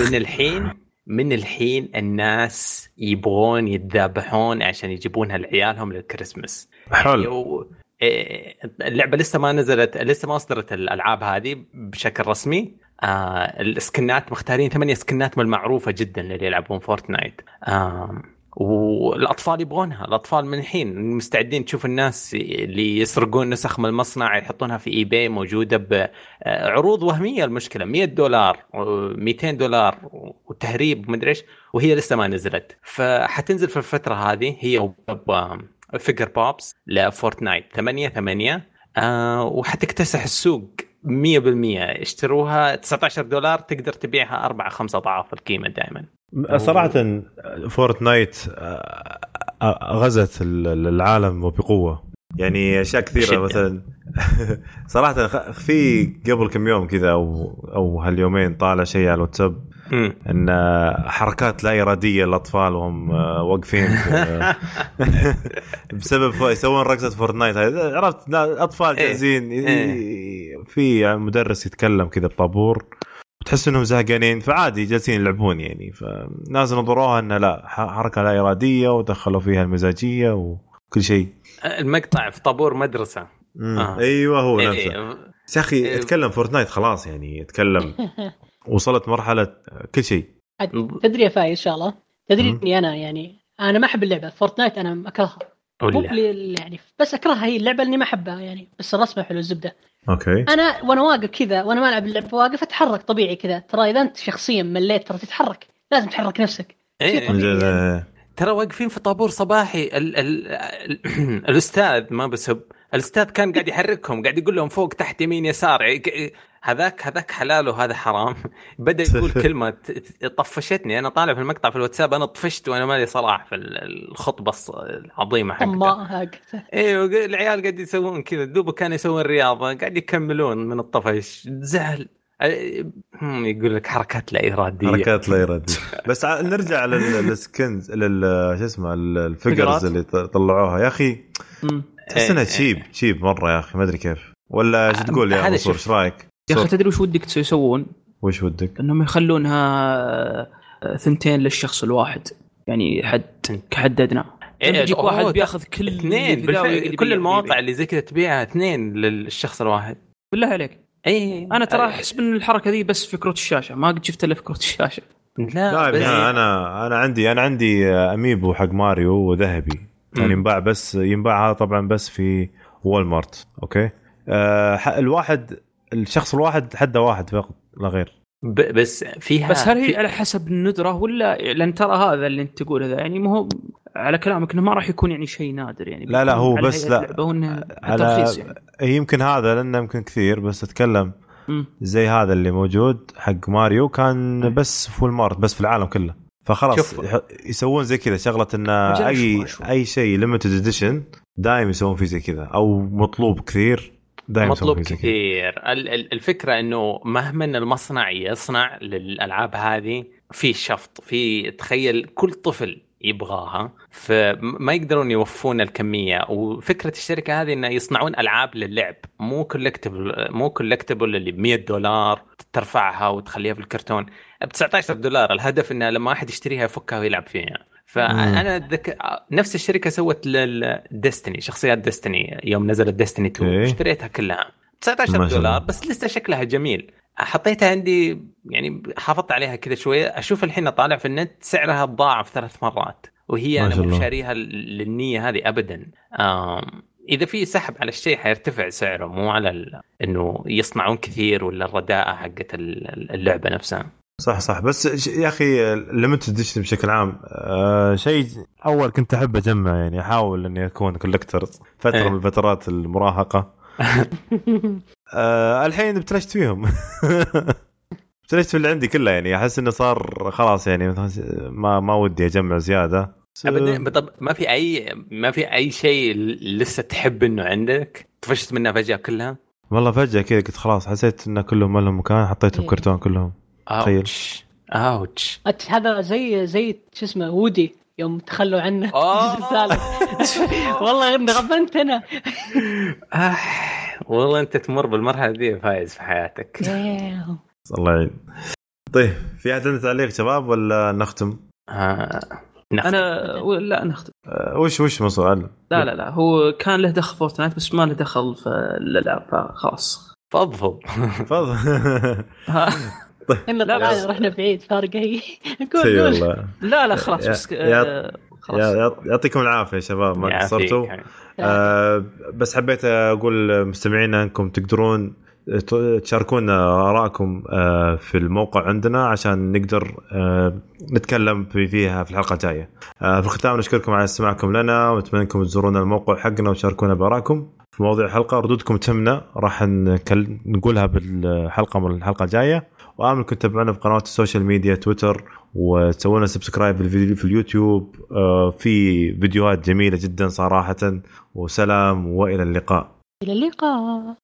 Speaker 5: من الحين من الحين الناس يبغون يتذابحون عشان يجيبونها لعيالهم للكريسماس
Speaker 2: حلو
Speaker 5: و- إيه، اللعبه لسه ما نزلت لسه ما اصدرت الالعاب هذه بشكل رسمي آه السكنات مختارين ثمانية سكنات من المعروفة جدا اللي يلعبون فورتنايت آه والأطفال يبغونها الأطفال من الحين مستعدين تشوف الناس اللي يسرقون نسخ من المصنع يحطونها في اي باي موجودة بعروض وهمية المشكلة 100 دولار و 200 دولار وتهريب ومدري ايش وهي لسه ما نزلت فحتنزل في الفترة هذه هي وبوب- فيجر بوبس لفورتنايت 8 8 آه وحتكتسح السوق 100% اشتروها 19 دولار تقدر تبيعها 4 5 اضعاف القيمه دائما
Speaker 2: صراحه فورتنايت آه، آه، غزت ال- ال- العالم وبقوه يعني اشياء كثيره
Speaker 5: شدة.
Speaker 2: [LAUGHS] مثلا صراحه خ- في قبل كم يوم كذا او او هاليومين طالع شيء على الواتساب
Speaker 5: مم.
Speaker 2: ان حركات لا اراديه للاطفال وهم واقفين آه، [LAUGHS] بسبب يسوون رقصه فورتنايت هاي. عرفت لا اطفال
Speaker 5: إيه.
Speaker 2: جاهزين
Speaker 5: إيه.
Speaker 2: في يعني مدرس يتكلم كذا بطابور وتحس انهم زهقانين فعادي جالسين يلعبون يعني فالناس نظروها انها لا ح- حركه لا اراديه ودخلوا فيها المزاجيه وكل شيء
Speaker 5: المقطع في طابور مدرسه
Speaker 2: مم.
Speaker 5: آه.
Speaker 2: ايوه هو
Speaker 5: إيه،
Speaker 2: نفسه
Speaker 5: إيه.
Speaker 2: بس يا اخي
Speaker 5: إيه.
Speaker 2: اتكلم فورتنايت خلاص يعني
Speaker 5: [LAUGHS]
Speaker 2: اتكلم وصلت مرحله كل شيء
Speaker 5: إيه.
Speaker 4: تدري يا فايز ان شاء الله تدري
Speaker 2: مم.
Speaker 4: اني انا يعني انا ما احب اللعبه فورتنايت انا اكرهها مو
Speaker 5: ولا
Speaker 4: بل- يعني بس اكرهها هي اللعبه اللي ما احبها يعني بس الرسمه حلو الزبده
Speaker 2: اوكي
Speaker 4: انا وانا واقف كذا وانا ما العب اللعبه واقف اتحرك طبيعي كذا ترى اذا انت شخصيا مليت ترى تتحرك لازم تحرك نفسك
Speaker 5: إيه،
Speaker 4: شيء
Speaker 5: إيه.
Speaker 4: طبيعي.
Speaker 2: آه.
Speaker 5: ترى واقفين في طابور صباحي ال ال ال الاستاذ ما بسب الاستاذ كان قاعد يحركهم قاعد يقول لهم فوق تحت يمين يسار يعني ك- هذاك هذاك حلال وهذا حرام [LAUGHS] بدا
Speaker 2: [LAUGHS]
Speaker 5: يقول كلمه ت- ت- طفشتني انا طالع في المقطع في الواتساب انا طفشت وانا مالي صلاح في ال- الخطبه الص- العظيمه حقته
Speaker 4: طماء حقته
Speaker 5: ايوه ق- العيال قاعد يسوون كذا دوبه كانوا يسوون رياضه قاعد يكملون من الطفش زعل أ- هم، يقول لك حركات لا اراديه
Speaker 2: حركات لا اراديه بس ع- نرجع للسكنز شو اسمه ال- الفيجرز
Speaker 5: فيجرات.
Speaker 2: اللي ط- طلعوها يا اخي
Speaker 3: مم.
Speaker 2: تحس انها
Speaker 5: إيه.
Speaker 2: تشيب تشيب مره يا اخي ما ادري كيف ولا ايش تقول يا
Speaker 5: هذا
Speaker 2: منصور
Speaker 5: شوف.
Speaker 2: ايش رايك؟
Speaker 3: يا اخي
Speaker 2: صوت.
Speaker 3: تدري وش ودك يسوون؟
Speaker 2: وش ودك؟
Speaker 3: انهم يخلونها آه، ثنتين للشخص الواحد يعني حد حد ادنى
Speaker 5: إيه،
Speaker 3: يجيك
Speaker 5: أوه،
Speaker 3: واحد بياخذ كل
Speaker 5: اثنين
Speaker 3: الفداء
Speaker 5: بالفعل
Speaker 3: ويقلب
Speaker 5: كل
Speaker 3: يبيع.
Speaker 5: المواقع اللي زي كذا تبيعها اثنين للشخص الواحد
Speaker 3: بالله عليك
Speaker 5: اي
Speaker 3: انا ترى احسب ان الحركه ذي بس في كروت الشاشه ما قد شفت الا في كروت الشاشه
Speaker 5: لا
Speaker 2: لا
Speaker 5: بس- إيه.
Speaker 2: انا انا انا عندي انا عندي اميبو حق ماريو وذهبي يعني
Speaker 5: مم.
Speaker 2: ينباع بس ينباع هذا طبعا بس في وول مارت اوكي أه ح- الواحد الشخص الواحد حده واحد فقط لا غير
Speaker 5: ب- بس فيها
Speaker 3: بس هل هي
Speaker 5: في...
Speaker 3: على حسب الندره ولا لان ترى هذا اللي انت تقوله ذا يعني ما هو على كلامك انه ما راح يكون يعني شيء نادر يعني
Speaker 2: لا، لا، هو
Speaker 3: على
Speaker 2: بس
Speaker 3: هيئة
Speaker 2: لا.
Speaker 3: لعبة وانه
Speaker 2: على-
Speaker 3: حتى رخيص يعني
Speaker 2: إيه، يمكن هذا لانه يمكن كثير بس اتكلم
Speaker 3: مم.
Speaker 2: زي هذا اللي موجود حق ماريو كان بس فول مارت بس في العالم كله فخلاص
Speaker 5: إيه. شوف.
Speaker 2: يح- يسوون زي كذا شغله انه
Speaker 3: أجل
Speaker 2: اي
Speaker 3: شوي شوي.
Speaker 2: اي شيء ليمتد اديشن دايم يسوون فيه زي كذا او مطلوب كثير دايم يسوون
Speaker 5: مطلوب
Speaker 2: فيه زي كذا
Speaker 5: كثير ال- ال- الفكره انه مهما ان المصنع يصنع للالعاب هذه في شفط في تخيل كل طفل يبغاها فما يقدرون يوفون الكميه وفكره الشركه هذه انه يصنعون العاب للعب مو كولكتبل مو كولكتبل اللي ب 100 دولار ترفعها وتخليها في الكرتون ب 19 دولار الهدف انه لما احد يشتريها يفكها ويلعب فيها فانا أتذكر نفس الشركه سوت للدستني شخصيات دستني يوم نزلت دستني 2
Speaker 2: إيه.
Speaker 5: اشتريتها كلها
Speaker 2: ما
Speaker 5: 19
Speaker 2: شاء
Speaker 5: دولار
Speaker 2: الله.
Speaker 5: بس لسه شكلها جميل حطيتها عندي يعني حافظت عليها كذا شويه اشوف الحين اطالع في النت سعرها تضاعف ثلاث مرات وهي
Speaker 2: ما
Speaker 5: انا
Speaker 2: شاء
Speaker 5: مو
Speaker 2: الله.
Speaker 5: شاريها للنيه هذه ابدا آم، اذا في سحب على الشيء حيرتفع سعره مو على ال- انه يصنعون كثير ولا الرداءه حقت ال- اللعبه نفسها
Speaker 2: صح صح بس ش- يا اخي الليمتد اديشن بشكل عام آه شيء اول كنت احب اجمع يعني احاول اني اكون كولكتر فتره
Speaker 5: إيه.
Speaker 2: من فترات المراهقه آه الحين ابتلشت فيهم [LAUGHS] ابتلشت في اللي عندي كله يعني احس انه صار خلاص يعني مثلاً ما ما ودي أه، اجمع زياده بس-
Speaker 5: ابدا طب ما في اي ما في اي شيء لسه تحب انه عندك طفشت منها فجاه كلها
Speaker 2: والله فجاه كذا قلت خلاص حسيت ان كلهم ما لهم مكان حطيتهم
Speaker 4: إيه.
Speaker 2: كرتون كلهم تخيل.
Speaker 5: اوتش اوتش
Speaker 4: أت- هذا زي زي شو اسمه وودي يوم تخلوا عنه
Speaker 5: [LAUGHS]
Speaker 4: الجزء الثالث والله اني غبنت انا
Speaker 5: آه، والله انت تمر بالمرحله دي يا فايز في حياتك
Speaker 2: الله يعين طيب في احد عنده تعليق شباب ولا نختم؟
Speaker 5: آه، نختم.
Speaker 3: انا و- لا نختم
Speaker 2: آه، وش وش ما سؤال؟
Speaker 3: لا لا لا هو كان له دخل فورتنايت بس ما له دخل في الالعاب فخلاص
Speaker 5: فضفض
Speaker 2: تفضل [LAUGHS]
Speaker 3: [LAUGHS] ها.
Speaker 4: احنا
Speaker 3: لا،
Speaker 4: طبعا
Speaker 3: بس-
Speaker 4: رحنا بعيد فارقه هي
Speaker 2: اي
Speaker 4: قول قول
Speaker 2: طيب، والله
Speaker 3: لا لا خلاص
Speaker 2: يا-
Speaker 3: بس
Speaker 2: يا-
Speaker 3: آه،
Speaker 2: يا-
Speaker 3: خلاص
Speaker 2: يعط- يعطيكم العافيه يا شباب ما
Speaker 5: يعافيك.
Speaker 2: قصرتوا آه بس حبيت اقول مستمعينا انكم تقدرون ت- تشاركونا ارائكم آه، في الموقع عندنا عشان نقدر آه، نتكلم في- فيها في الحلقه الجايه. آه، في الختام نشكركم على استماعكم لنا ونتمنى انكم تزورون الموقع حقنا وتشاركونا بارائكم في مواضيع الحلقه ردودكم تهمنا راح نكل- نقولها بالحلقه من الحلقه الجايه واملكم تتابعونا في قنوات السوشيال ميديا تويتر وتسوون سبسكرايب في الفيديو- في اليوتيوب آه، في فيديوهات جميله جدا صراحه وسلام والى اللقاء
Speaker 4: الى اللقاء